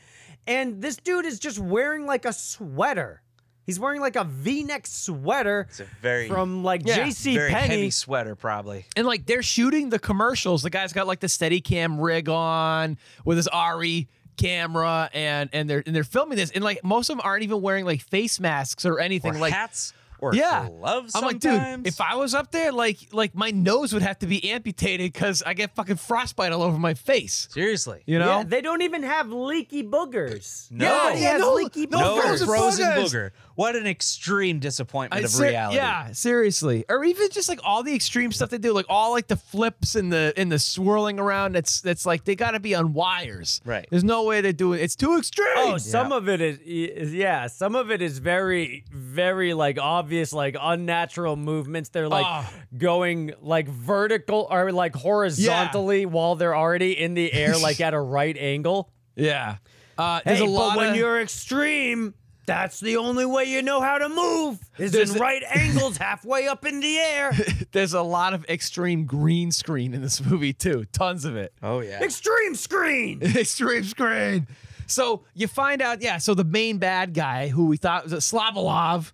[SPEAKER 4] and this dude is just wearing like a sweater. He's wearing like a V-neck sweater
[SPEAKER 3] It's a very
[SPEAKER 4] from like
[SPEAKER 5] Yeah,
[SPEAKER 4] J.C.
[SPEAKER 3] very
[SPEAKER 4] Penney.
[SPEAKER 3] heavy sweater, probably.
[SPEAKER 5] And like they're shooting the commercials. The guy's got like the steady cam rig on with his Ari camera and and they're and they're filming this. And like most of them aren't even wearing like face masks or anything
[SPEAKER 3] Or
[SPEAKER 5] like
[SPEAKER 3] hats or
[SPEAKER 5] yeah.
[SPEAKER 3] gloves.
[SPEAKER 5] I'm like, dude,
[SPEAKER 3] sometimes.
[SPEAKER 5] if I was up there, like, like my nose would have to be amputated because I get fucking frostbite all over my face.
[SPEAKER 3] seriously,
[SPEAKER 5] You know?
[SPEAKER 4] Yeah, they don't even have leaky boogers.
[SPEAKER 3] No.
[SPEAKER 4] Nobody
[SPEAKER 3] Yeah,
[SPEAKER 4] has
[SPEAKER 5] no-
[SPEAKER 4] leaky
[SPEAKER 5] no
[SPEAKER 3] no
[SPEAKER 4] boogers.
[SPEAKER 5] frozen
[SPEAKER 3] frozen,
[SPEAKER 5] boogers.
[SPEAKER 3] booger. What an extreme disappointment
[SPEAKER 5] I
[SPEAKER 3] of
[SPEAKER 5] ser-
[SPEAKER 3] reality.
[SPEAKER 5] Yeah, seriously, or even just like all the extreme stuff they do, like all like the flips and the and the swirling around. That's that's like they got to be on wires.
[SPEAKER 3] Right.
[SPEAKER 5] There's no way they do it. It's too extreme.
[SPEAKER 4] Oh, some of it is, e, is yeah, some of it is very very like obvious like unnatural movements. They're like
[SPEAKER 5] Ah.
[SPEAKER 4] going like vertical or like horizontally while they're already in the air like at a right angle.
[SPEAKER 5] yeah. Uh, there's
[SPEAKER 4] Hey,
[SPEAKER 5] a lot
[SPEAKER 4] but when
[SPEAKER 5] of-
[SPEAKER 4] you're extreme, that's the only way you know how to move is
[SPEAKER 5] There's
[SPEAKER 4] in
[SPEAKER 5] a-
[SPEAKER 4] right angles halfway up in the air.
[SPEAKER 5] there's a lot of extreme green screen in this movie too. Tons of it.
[SPEAKER 3] Oh yeah.
[SPEAKER 4] extreme screen.
[SPEAKER 5] Extreme screen. So you find out, yeah. So the main bad guy, who we thought was a Slavolov,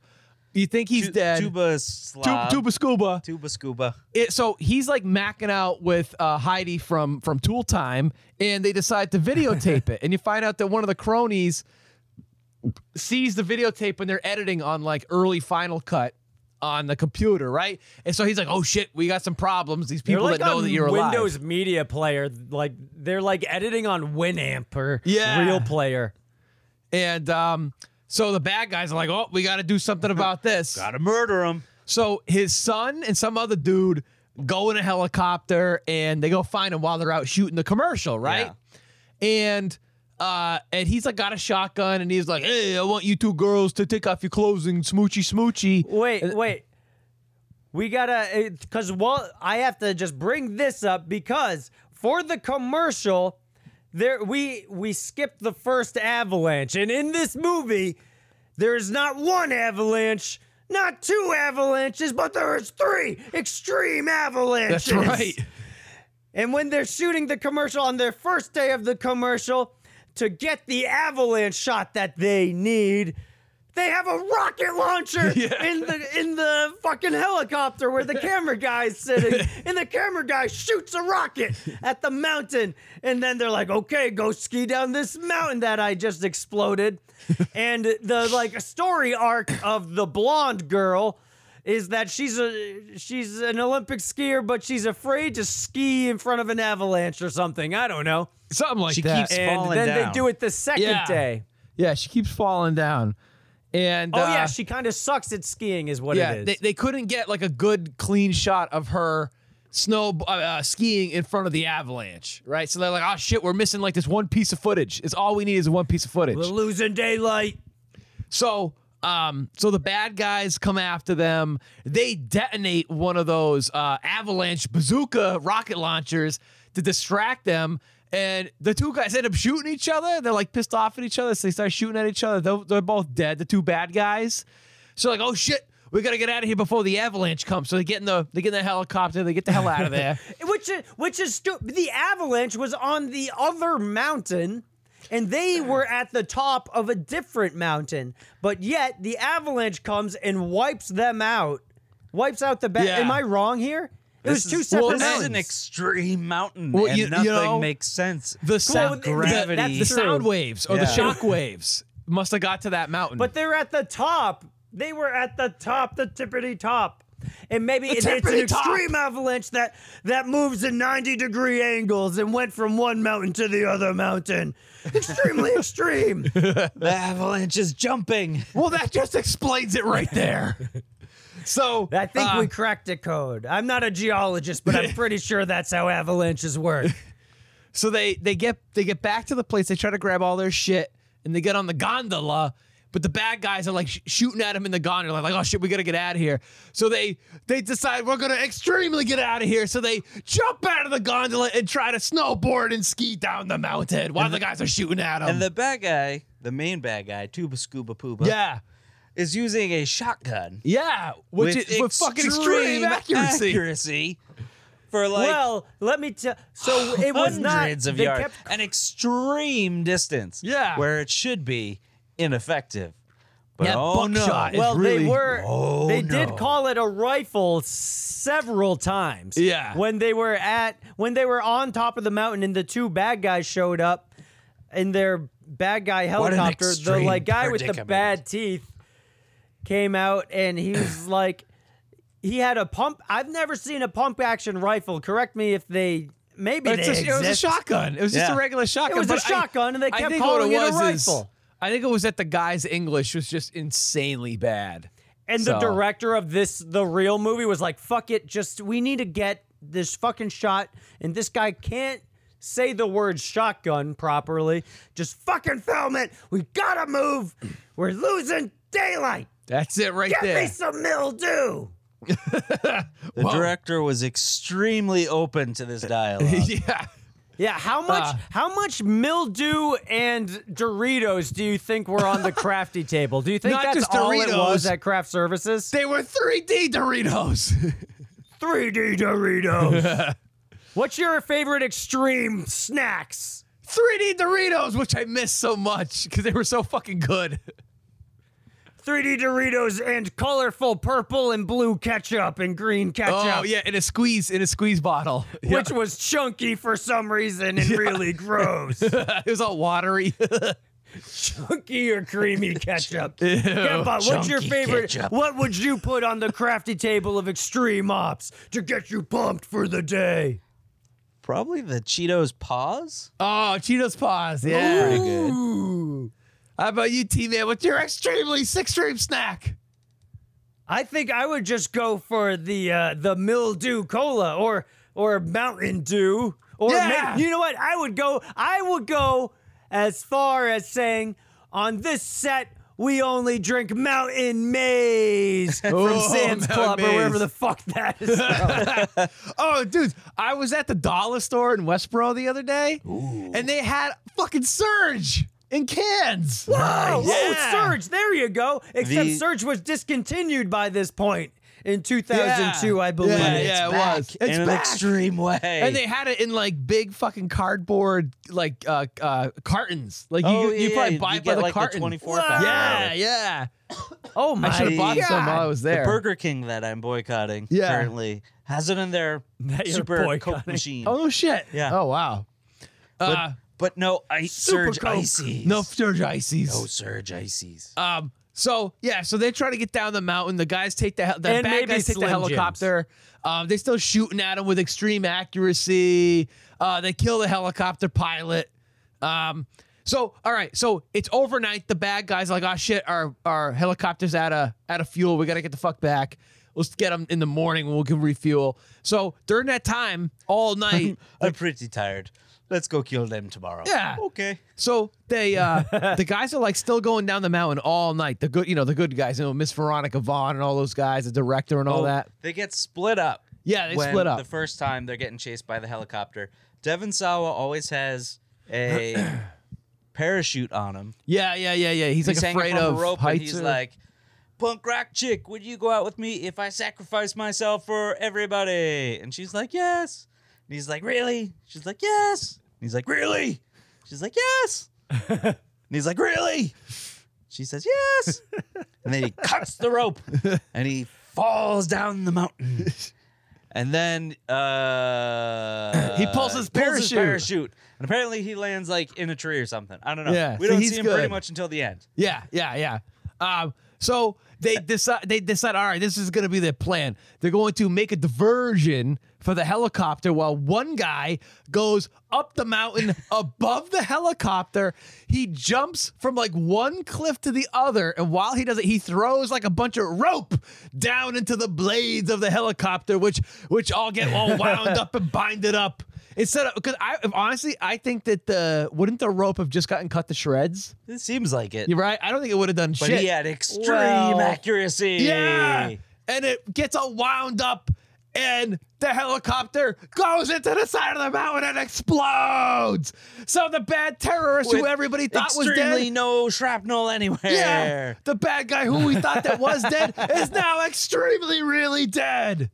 [SPEAKER 5] you think he's
[SPEAKER 3] Tu-
[SPEAKER 5] dead.
[SPEAKER 3] Tuba
[SPEAKER 5] Tuba,
[SPEAKER 3] slob.
[SPEAKER 5] tuba scuba.
[SPEAKER 3] Tuba scuba.
[SPEAKER 5] It- so he's like macking out with uh, Heidi from from Tool Time, and they decide to videotape it. And you find out that one of the cronies sees the videotape when they're editing on like early Final Cut on the computer, right? And so he's like, "Oh shit, we got some problems. These people
[SPEAKER 4] they're like
[SPEAKER 5] that know
[SPEAKER 4] on
[SPEAKER 5] that you're alive."
[SPEAKER 4] Windows Media Player, like they're like editing on Winamp or
[SPEAKER 5] Yeah.
[SPEAKER 4] Real Player.
[SPEAKER 5] And um, so the bad guys are like, oh, we got to do something about this.
[SPEAKER 3] Gotta murder him.
[SPEAKER 5] So his son and some other dude go in a helicopter and they go find him while they're out shooting the commercial, right? And uh, and he's like got a shotgun and he's like, hey, I want you two girls to take off your clothes and smoochy smoochy.
[SPEAKER 4] Wait, wait. We gotta, because while I have to just bring this up because for the commercial, there we we skipped the first avalanche, and in this movie, there is not one avalanche, not two avalanches, but there is three extreme avalanches.
[SPEAKER 5] That's right.
[SPEAKER 4] And when they're shooting the commercial on their first day of the commercial to get the avalanche shot that they need, they have a rocket launcher in the in the fucking helicopter where the camera guy's sitting, and the camera guy shoots a rocket at the mountain, and then they're like, "Okay, go ski down this mountain that I just exploded," and the like story arc of the blonde girl is that she's a she's an Olympic skier, but she's afraid to ski in front of an avalanche or something. I don't know.
[SPEAKER 5] Something like
[SPEAKER 4] She
[SPEAKER 5] that.
[SPEAKER 4] keeps And falling then they down. do it the second
[SPEAKER 5] Yeah.
[SPEAKER 4] day.
[SPEAKER 5] Yeah, she keeps falling down. And
[SPEAKER 4] oh
[SPEAKER 5] uh,
[SPEAKER 4] yeah, she kind of sucks at skiing, is what
[SPEAKER 5] yeah,
[SPEAKER 4] it is.
[SPEAKER 5] They, they couldn't get like a good clean shot of her snow uh, uh, skiing in front of the avalanche, right? So they're like, "Oh shit, we're missing like this one piece of footage. It's all we need is one piece of footage. We're
[SPEAKER 4] losing daylight."
[SPEAKER 5] So, um, so the bad guys come after them. They detonate one of those uh, avalanche bazooka rocket launchers to distract them. And the two guys end up shooting each other. They're like pissed off at each other. So they start shooting at each other. They're, they're both dead, the two bad guys. So like, oh shit, we gotta get out of here before the avalanche comes. So they get in the they get in the helicopter, they get the hell out of there.
[SPEAKER 4] which is which is stu- the avalanche was on the other mountain and they were at the top of a different mountain but yet the avalanche comes and wipes them out wipes out the back
[SPEAKER 3] Yeah.
[SPEAKER 4] am i wrong here it was
[SPEAKER 3] This
[SPEAKER 4] two
[SPEAKER 3] is-
[SPEAKER 4] separate
[SPEAKER 3] This is
[SPEAKER 4] mountains
[SPEAKER 3] an extreme mountain,
[SPEAKER 5] Well,
[SPEAKER 3] and
[SPEAKER 5] you- you
[SPEAKER 3] nothing
[SPEAKER 5] know,
[SPEAKER 3] makes sense.
[SPEAKER 5] The
[SPEAKER 3] sound
[SPEAKER 5] sound
[SPEAKER 3] gravity,
[SPEAKER 5] the, the sound waves or the shock waves must have got to that mountain.
[SPEAKER 4] but they're at the top they were at the top the tippity top and maybe
[SPEAKER 11] The
[SPEAKER 4] it, it's an
[SPEAKER 11] tippity top.
[SPEAKER 4] extreme avalanche that that moves in 90 degree angles and went from one mountain to the other mountain extremely extreme
[SPEAKER 3] the avalanche is jumping.
[SPEAKER 5] Well, that just explains it right there. So
[SPEAKER 4] I think
[SPEAKER 3] Ah.
[SPEAKER 5] uh,
[SPEAKER 4] we cracked a code. I'm not a geologist, but I'm pretty sure that's how avalanches work.
[SPEAKER 5] So they they get they get back to the place. They try to grab all their shit, and they get on the gondola. But the bad guys are like sh- shooting at him in the gondola, like, "Oh shit, we gotta get out of here." So they they decide we're gonna extremely get out of here. So they jump out of the gondola and try to snowboard and ski down the mountain while the guys are shooting at him.
[SPEAKER 3] And the bad guy, the main bad guy, Tuba Scuba Pooba,
[SPEAKER 5] yeah,
[SPEAKER 3] is using a shotgun.
[SPEAKER 5] Yeah, which is with fucking extreme accuracy.
[SPEAKER 3] accuracy for like
[SPEAKER 4] well, let me tell. So it was not.
[SPEAKER 3] hundreds of
[SPEAKER 4] they
[SPEAKER 3] yards,
[SPEAKER 4] kept-
[SPEAKER 3] an extreme distance.
[SPEAKER 4] Yeah.
[SPEAKER 3] where it should be ineffective. But
[SPEAKER 4] Yeah,
[SPEAKER 3] oh no,
[SPEAKER 4] Well,
[SPEAKER 3] really-
[SPEAKER 4] they were.
[SPEAKER 3] Oh,
[SPEAKER 4] they
[SPEAKER 3] no.
[SPEAKER 4] did call it a rifle several times.
[SPEAKER 3] Yeah.
[SPEAKER 4] When they were at when they were on top of the mountain and the two bad guys showed up in their bad guy
[SPEAKER 11] What an
[SPEAKER 4] helicopter, the
[SPEAKER 11] extreme
[SPEAKER 4] like guy with the
[SPEAKER 11] predicament.
[SPEAKER 4] bad teeth came out and he was like he had a pump. I've never seen a pump action rifle. Correct me if they maybe
[SPEAKER 5] It's
[SPEAKER 4] they
[SPEAKER 5] a- it was a
[SPEAKER 4] exist.
[SPEAKER 5] shotgun. It was just a regular shotgun.
[SPEAKER 4] It was a
[SPEAKER 5] but I-
[SPEAKER 4] shotgun, and they
[SPEAKER 5] I
[SPEAKER 4] kept
[SPEAKER 5] think
[SPEAKER 4] calling
[SPEAKER 5] what
[SPEAKER 4] it,
[SPEAKER 5] it, was
[SPEAKER 4] a
[SPEAKER 5] is-
[SPEAKER 4] rifle.
[SPEAKER 5] I think it was that the guy's English was just insanely bad.
[SPEAKER 4] And the
[SPEAKER 5] So-
[SPEAKER 4] director of this, the real movie, was like, fuck it, just we need to get this fucking shot. And this guy can't say the word shotgun properly. Just fucking film it. We gotta move. We're losing daylight.
[SPEAKER 5] That's it right
[SPEAKER 4] Get
[SPEAKER 3] there.
[SPEAKER 4] me some mildew.
[SPEAKER 3] the director was extremely open to this dialogue.
[SPEAKER 5] yeah.
[SPEAKER 4] Yeah, how
[SPEAKER 5] Uh.
[SPEAKER 4] much how much mildew and Doritos do you think were on the crafty table? Do you think
[SPEAKER 5] Not
[SPEAKER 4] that's
[SPEAKER 5] just
[SPEAKER 4] all it
[SPEAKER 5] Doritos.
[SPEAKER 4] was at craft services?
[SPEAKER 5] They were 3D Doritos.
[SPEAKER 4] 3D Doritos. What's your favorite extreme snacks?
[SPEAKER 5] 3D Doritos, which I miss so much because they were so fucking good.
[SPEAKER 4] 3D Doritos and colorful purple and blue ketchup and green ketchup.
[SPEAKER 5] Oh yeah, in a squeeze, in a squeeze bottle,
[SPEAKER 4] Which was chunky for some reason and really gross.
[SPEAKER 5] it was all watery.
[SPEAKER 4] chunky or creamy ketchup.
[SPEAKER 5] Ew,
[SPEAKER 4] yeah, but what's your
[SPEAKER 5] chunky
[SPEAKER 4] favorite?
[SPEAKER 5] ketchup.
[SPEAKER 4] What would you put on the crafty table of extreme ops to get you pumped for the day?
[SPEAKER 3] Probably the Cheetos paws.
[SPEAKER 5] oh, Cheetos paws, yeah,
[SPEAKER 3] Pretty good.
[SPEAKER 5] How about you, T man? What's your extremely extreme snack?
[SPEAKER 4] I think I would just go for the uh, the mildew cola or or Mountain Dew or
[SPEAKER 11] Yeah.
[SPEAKER 4] may- you know what I would go I would go as far as saying on this set we only drink Mountain Maze from
[SPEAKER 5] Oh,
[SPEAKER 4] Sam's
[SPEAKER 5] Mountain
[SPEAKER 4] Club or wherever
[SPEAKER 5] Maze.
[SPEAKER 4] the fuck that is. from.
[SPEAKER 5] oh, dude, I was at the dollar store in Westboro the other day, and they had fucking Surge in cans.
[SPEAKER 4] Whoa! Oh, Surge. There you go. Except
[SPEAKER 5] The-
[SPEAKER 4] Surge was discontinued by this point in 2002,
[SPEAKER 5] Yeah.
[SPEAKER 4] I believe.
[SPEAKER 5] Yeah, yeah, it was. It's
[SPEAKER 3] in an
[SPEAKER 5] back.
[SPEAKER 3] extreme way.
[SPEAKER 5] And they had it in like big fucking cardboard like uh, uh cartons. Like you,
[SPEAKER 3] Oh,
[SPEAKER 5] you
[SPEAKER 3] yeah,
[SPEAKER 5] probably
[SPEAKER 3] yeah,
[SPEAKER 5] buy
[SPEAKER 3] you
[SPEAKER 5] it by
[SPEAKER 3] get,
[SPEAKER 5] the
[SPEAKER 3] like, the
[SPEAKER 5] carton.
[SPEAKER 3] 24 pack.
[SPEAKER 5] Yeah, yeah.
[SPEAKER 4] Oh my
[SPEAKER 5] I should have bought some while I was there.
[SPEAKER 3] The Burger King that I'm boycotting
[SPEAKER 5] Yeah.
[SPEAKER 3] currently has it in their
[SPEAKER 4] That you're
[SPEAKER 3] super Coke
[SPEAKER 4] boycotting.
[SPEAKER 3] machine.
[SPEAKER 5] oh shit.
[SPEAKER 3] Yeah.
[SPEAKER 5] Oh wow.
[SPEAKER 3] But,
[SPEAKER 5] Uh,
[SPEAKER 3] but no ice
[SPEAKER 5] Super
[SPEAKER 3] surge
[SPEAKER 5] Coke.
[SPEAKER 3] ices.
[SPEAKER 5] No Surge ices.
[SPEAKER 3] No surge ices.
[SPEAKER 5] Um, So yeah, so they try to get down the mountain. The guys take the hel- the
[SPEAKER 4] And
[SPEAKER 5] bad
[SPEAKER 4] maybe
[SPEAKER 5] guys take the
[SPEAKER 4] Slim Jims.
[SPEAKER 5] helicopter. Um, they still shooting at him with extreme accuracy. Uh, they kill the helicopter pilot. Um, so all right, so it's overnight. The bad guys are like, oh shit, our our helicopter's out of out of fuel. We gotta get the fuck back. Let's get them in the morning when we can refuel. So during that time, all night,
[SPEAKER 3] I'm pretty tired. Let's go kill them tomorrow.
[SPEAKER 5] yeah.
[SPEAKER 3] Okay.
[SPEAKER 5] So they uh the guys are like still going down the mountain all night. The good you know, the good guys, you know, Miss Veronica Vaughn and all those guys, the director and all
[SPEAKER 3] Oh,
[SPEAKER 5] that.
[SPEAKER 3] They get split up.
[SPEAKER 5] Yeah, they
[SPEAKER 3] when
[SPEAKER 5] split up.
[SPEAKER 3] The first time they're getting chased by the helicopter. Devon Sawa always has a parachute on him.
[SPEAKER 5] Yeah, yeah, yeah, yeah. He's, like
[SPEAKER 3] hanging
[SPEAKER 5] afraid
[SPEAKER 3] from
[SPEAKER 5] of
[SPEAKER 3] a rope
[SPEAKER 5] heights.
[SPEAKER 3] And he's
[SPEAKER 5] or-
[SPEAKER 3] like, punk rock chick, would you go out with me if I sacrifice myself for everybody? And she's like, yes. And he's like, really? She's like, yes. And he's like, really? She's like, yes. and he's like, really? She says, yes. and then he cuts the rope and he falls down the mountain. And then uh,
[SPEAKER 5] He pulls his parachute.
[SPEAKER 3] parachute. And apparently he lands like in a tree or something. I don't know.
[SPEAKER 5] Yeah,
[SPEAKER 3] we
[SPEAKER 5] so
[SPEAKER 3] don't
[SPEAKER 5] he's
[SPEAKER 3] see him pretty
[SPEAKER 5] good.
[SPEAKER 3] much until the end.
[SPEAKER 5] Yeah, yeah, yeah. Um, so they decide they decide, all right, this is gonna be their plan. They're going to make a diversion for the helicopter while one guy goes up the mountain above the helicopter. He jumps from like one cliff to the other, and while he does it, he throws like a bunch of rope down into the blades of the helicopter, which which all get all wound up and binded up. Instead of because I honestly I think that the wouldn't the rope have just gotten cut to shreds?
[SPEAKER 3] It seems like it.
[SPEAKER 5] You're right. I don't think it would have done
[SPEAKER 3] But
[SPEAKER 5] shit.
[SPEAKER 3] he had extreme
[SPEAKER 5] Well,
[SPEAKER 3] accuracy.
[SPEAKER 5] Yeah. And it gets all wound up, and the helicopter goes into the side of the mountain and explodes. So the bad terrorist who
[SPEAKER 3] With
[SPEAKER 5] everybody thought was
[SPEAKER 3] extremely
[SPEAKER 5] dead.
[SPEAKER 3] no shrapnel anywhere.
[SPEAKER 5] Yeah, the bad guy who we thought that was dead is now extremely really dead.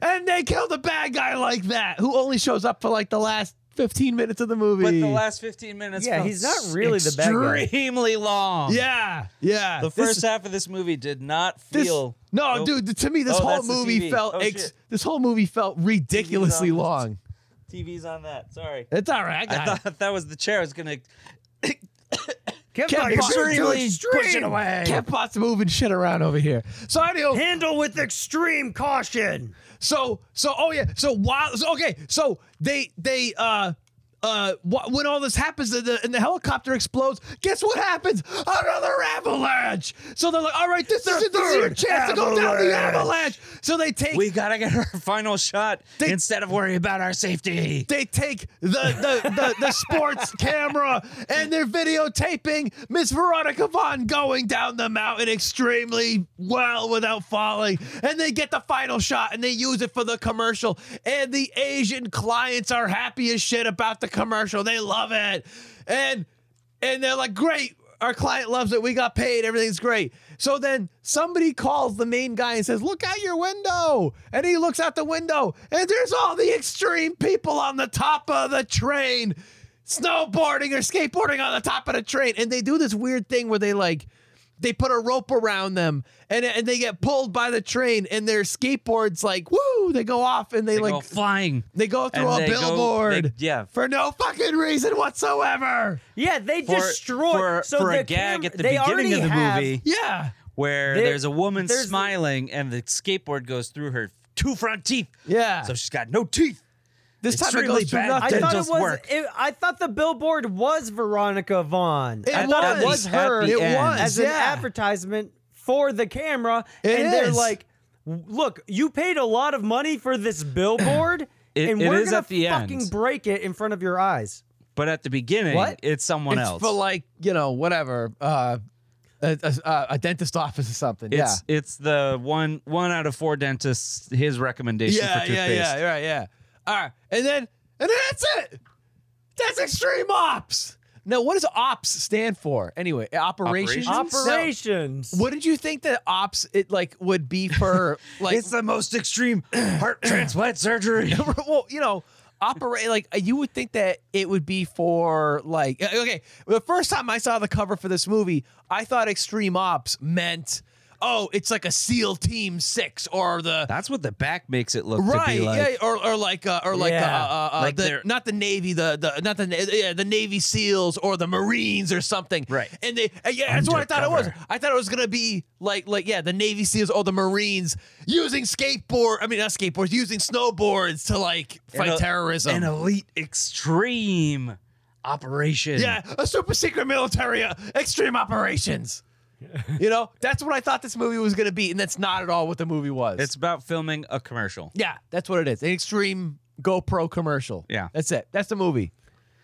[SPEAKER 5] And they kill the bad guy like that, who only shows up for like the last 15 minutes of the movie.
[SPEAKER 3] But the last 15 minutes
[SPEAKER 4] Yeah,
[SPEAKER 3] felt
[SPEAKER 4] he's not really the bad guy.
[SPEAKER 3] Extremely long.
[SPEAKER 5] Yeah, yeah.
[SPEAKER 3] The
[SPEAKER 5] This-
[SPEAKER 3] first half of this movie did not
[SPEAKER 5] This,
[SPEAKER 3] feel.
[SPEAKER 5] no,
[SPEAKER 3] Nope.
[SPEAKER 5] dude. To me, this
[SPEAKER 3] Oh,
[SPEAKER 5] whole
[SPEAKER 3] that's the
[SPEAKER 5] movie
[SPEAKER 3] TV.
[SPEAKER 5] felt
[SPEAKER 3] Oh,
[SPEAKER 5] ex-
[SPEAKER 3] shit.
[SPEAKER 5] this whole movie felt ridiculously
[SPEAKER 3] TV's on.
[SPEAKER 5] long.
[SPEAKER 3] TV's on that. Sorry.
[SPEAKER 5] It's all right. I got
[SPEAKER 3] I thought that was the chair. I was gonna.
[SPEAKER 5] Ken
[SPEAKER 4] You're
[SPEAKER 5] Potts-
[SPEAKER 4] doing too
[SPEAKER 5] Ken
[SPEAKER 4] extreme.
[SPEAKER 5] pushing away. Ken Potts moving shit around over here. So I do.
[SPEAKER 4] Handle with extreme caution.
[SPEAKER 5] So so oh yeah. So while so, okay. So they they uh. Uh, wh- when all this happens and the, and the helicopter explodes, guess what happens? Another avalanche. So they're like, "All right, this isn't this is your
[SPEAKER 11] third
[SPEAKER 5] chance to go down the
[SPEAKER 11] avalanche.
[SPEAKER 5] avalanche." So they take
[SPEAKER 3] We gotta get our final shot
[SPEAKER 5] They-
[SPEAKER 3] instead of worrying about our safety.
[SPEAKER 5] They take the the, the, the sports camera and they're videotaping Miss Veronica Vaughn going down the mountain extremely well without falling. And they get the final shot and they use it for the commercial. And the Asian clients are happy as shit about the commercial. They love it. And and they're like, great. Our client loves it. We got paid. Everything's great. So then somebody calls the main guy and says, Look out your window. And he looks out the window, and there's all the extreme people on the top of the train, snowboarding or skateboarding on the top of the train. And they do this weird thing where they like, they put a rope around them and, and they get pulled by the train, and their skateboards, like, woo, they go off and they,
[SPEAKER 3] They
[SPEAKER 5] like,
[SPEAKER 3] go flying.
[SPEAKER 5] they go through
[SPEAKER 3] and
[SPEAKER 5] a
[SPEAKER 3] they go- they-
[SPEAKER 5] billboard
[SPEAKER 3] yeah.
[SPEAKER 5] for no fucking reason whatsoever.
[SPEAKER 4] Yeah, they
[SPEAKER 3] For-
[SPEAKER 4] destroy
[SPEAKER 3] for,
[SPEAKER 4] so
[SPEAKER 3] for
[SPEAKER 4] the
[SPEAKER 3] a gag
[SPEAKER 4] cam-
[SPEAKER 3] at the
[SPEAKER 4] they
[SPEAKER 3] beginning
[SPEAKER 4] already
[SPEAKER 3] of the
[SPEAKER 4] have-
[SPEAKER 3] movie
[SPEAKER 5] Yeah.
[SPEAKER 3] where
[SPEAKER 4] There-
[SPEAKER 3] there's a woman
[SPEAKER 4] there's-
[SPEAKER 3] smiling and the skateboard goes through her two front teeth.
[SPEAKER 5] Yeah.
[SPEAKER 3] So she's got no teeth.
[SPEAKER 5] This
[SPEAKER 3] It's
[SPEAKER 5] time it
[SPEAKER 3] really
[SPEAKER 5] goes through
[SPEAKER 3] bad.
[SPEAKER 5] nothing.
[SPEAKER 4] I
[SPEAKER 3] That
[SPEAKER 4] thought it
[SPEAKER 3] does
[SPEAKER 4] was.
[SPEAKER 3] work.
[SPEAKER 4] It, I thought the billboard was Veronica Vaughn.
[SPEAKER 5] It
[SPEAKER 4] I thought it
[SPEAKER 5] was.
[SPEAKER 4] was her
[SPEAKER 3] At the
[SPEAKER 5] It
[SPEAKER 3] end.
[SPEAKER 5] was.
[SPEAKER 4] as
[SPEAKER 5] yeah.
[SPEAKER 4] an advertisement for the camera,
[SPEAKER 5] It
[SPEAKER 4] and they're
[SPEAKER 5] is.
[SPEAKER 4] like, "Look, you paid a lot of money for this billboard,
[SPEAKER 3] It-
[SPEAKER 4] and
[SPEAKER 3] it
[SPEAKER 4] we're
[SPEAKER 3] is
[SPEAKER 4] gonna
[SPEAKER 3] at the end.
[SPEAKER 4] fucking break it in front of your eyes."
[SPEAKER 3] But at the beginning,
[SPEAKER 5] What?
[SPEAKER 3] it's someone
[SPEAKER 5] it's
[SPEAKER 3] else.
[SPEAKER 5] for like you know whatever uh, a, a, a dentist office or something.
[SPEAKER 3] It's it's the one one out of four dentists his recommendation
[SPEAKER 5] yeah,
[SPEAKER 3] for
[SPEAKER 5] yeah,
[SPEAKER 3] toothpaste.
[SPEAKER 5] yeah, yeah, right, yeah. All right, and then and then that's it. That's extreme ops. Now, what does ops stand for anyway? Operations.
[SPEAKER 3] Operations?
[SPEAKER 4] Operations.
[SPEAKER 5] What did you think that ops it like would be for like?
[SPEAKER 3] It's the most extreme heart transplant surgery.
[SPEAKER 5] well, you know, operate like uh, you would think that it would be for like uh, okay. The first time I saw the cover for this movie, I thought extreme ops meant oh, it's like a SEAL Team Six or the
[SPEAKER 3] That's what the back makes it look to
[SPEAKER 5] right,
[SPEAKER 3] be like.
[SPEAKER 5] yeah, or or like uh, or like
[SPEAKER 3] Yeah.
[SPEAKER 5] uh, uh, uh,
[SPEAKER 3] Like
[SPEAKER 5] the,
[SPEAKER 3] they're-
[SPEAKER 5] not the Navy, the the not the Na- yeah, the Navy SEALs or the Marines or something, right? And they uh, yeah, that's what I thought it was. I thought it was gonna be like like yeah, the Navy SEALs or the Marines using skateboard, I mean not skateboards, using snowboards to like fight
[SPEAKER 3] An el-
[SPEAKER 5] terrorism,
[SPEAKER 3] An elite extreme operation.
[SPEAKER 5] yeah, a super secret military uh, extreme operations. you know, that's what I thought this movie was gonna be, and that's not at all what the movie was.
[SPEAKER 3] It's about filming a commercial.
[SPEAKER 5] yeah, that's what it is. An extreme GoPro commercial.
[SPEAKER 3] Yeah.
[SPEAKER 5] That's it. That's the movie.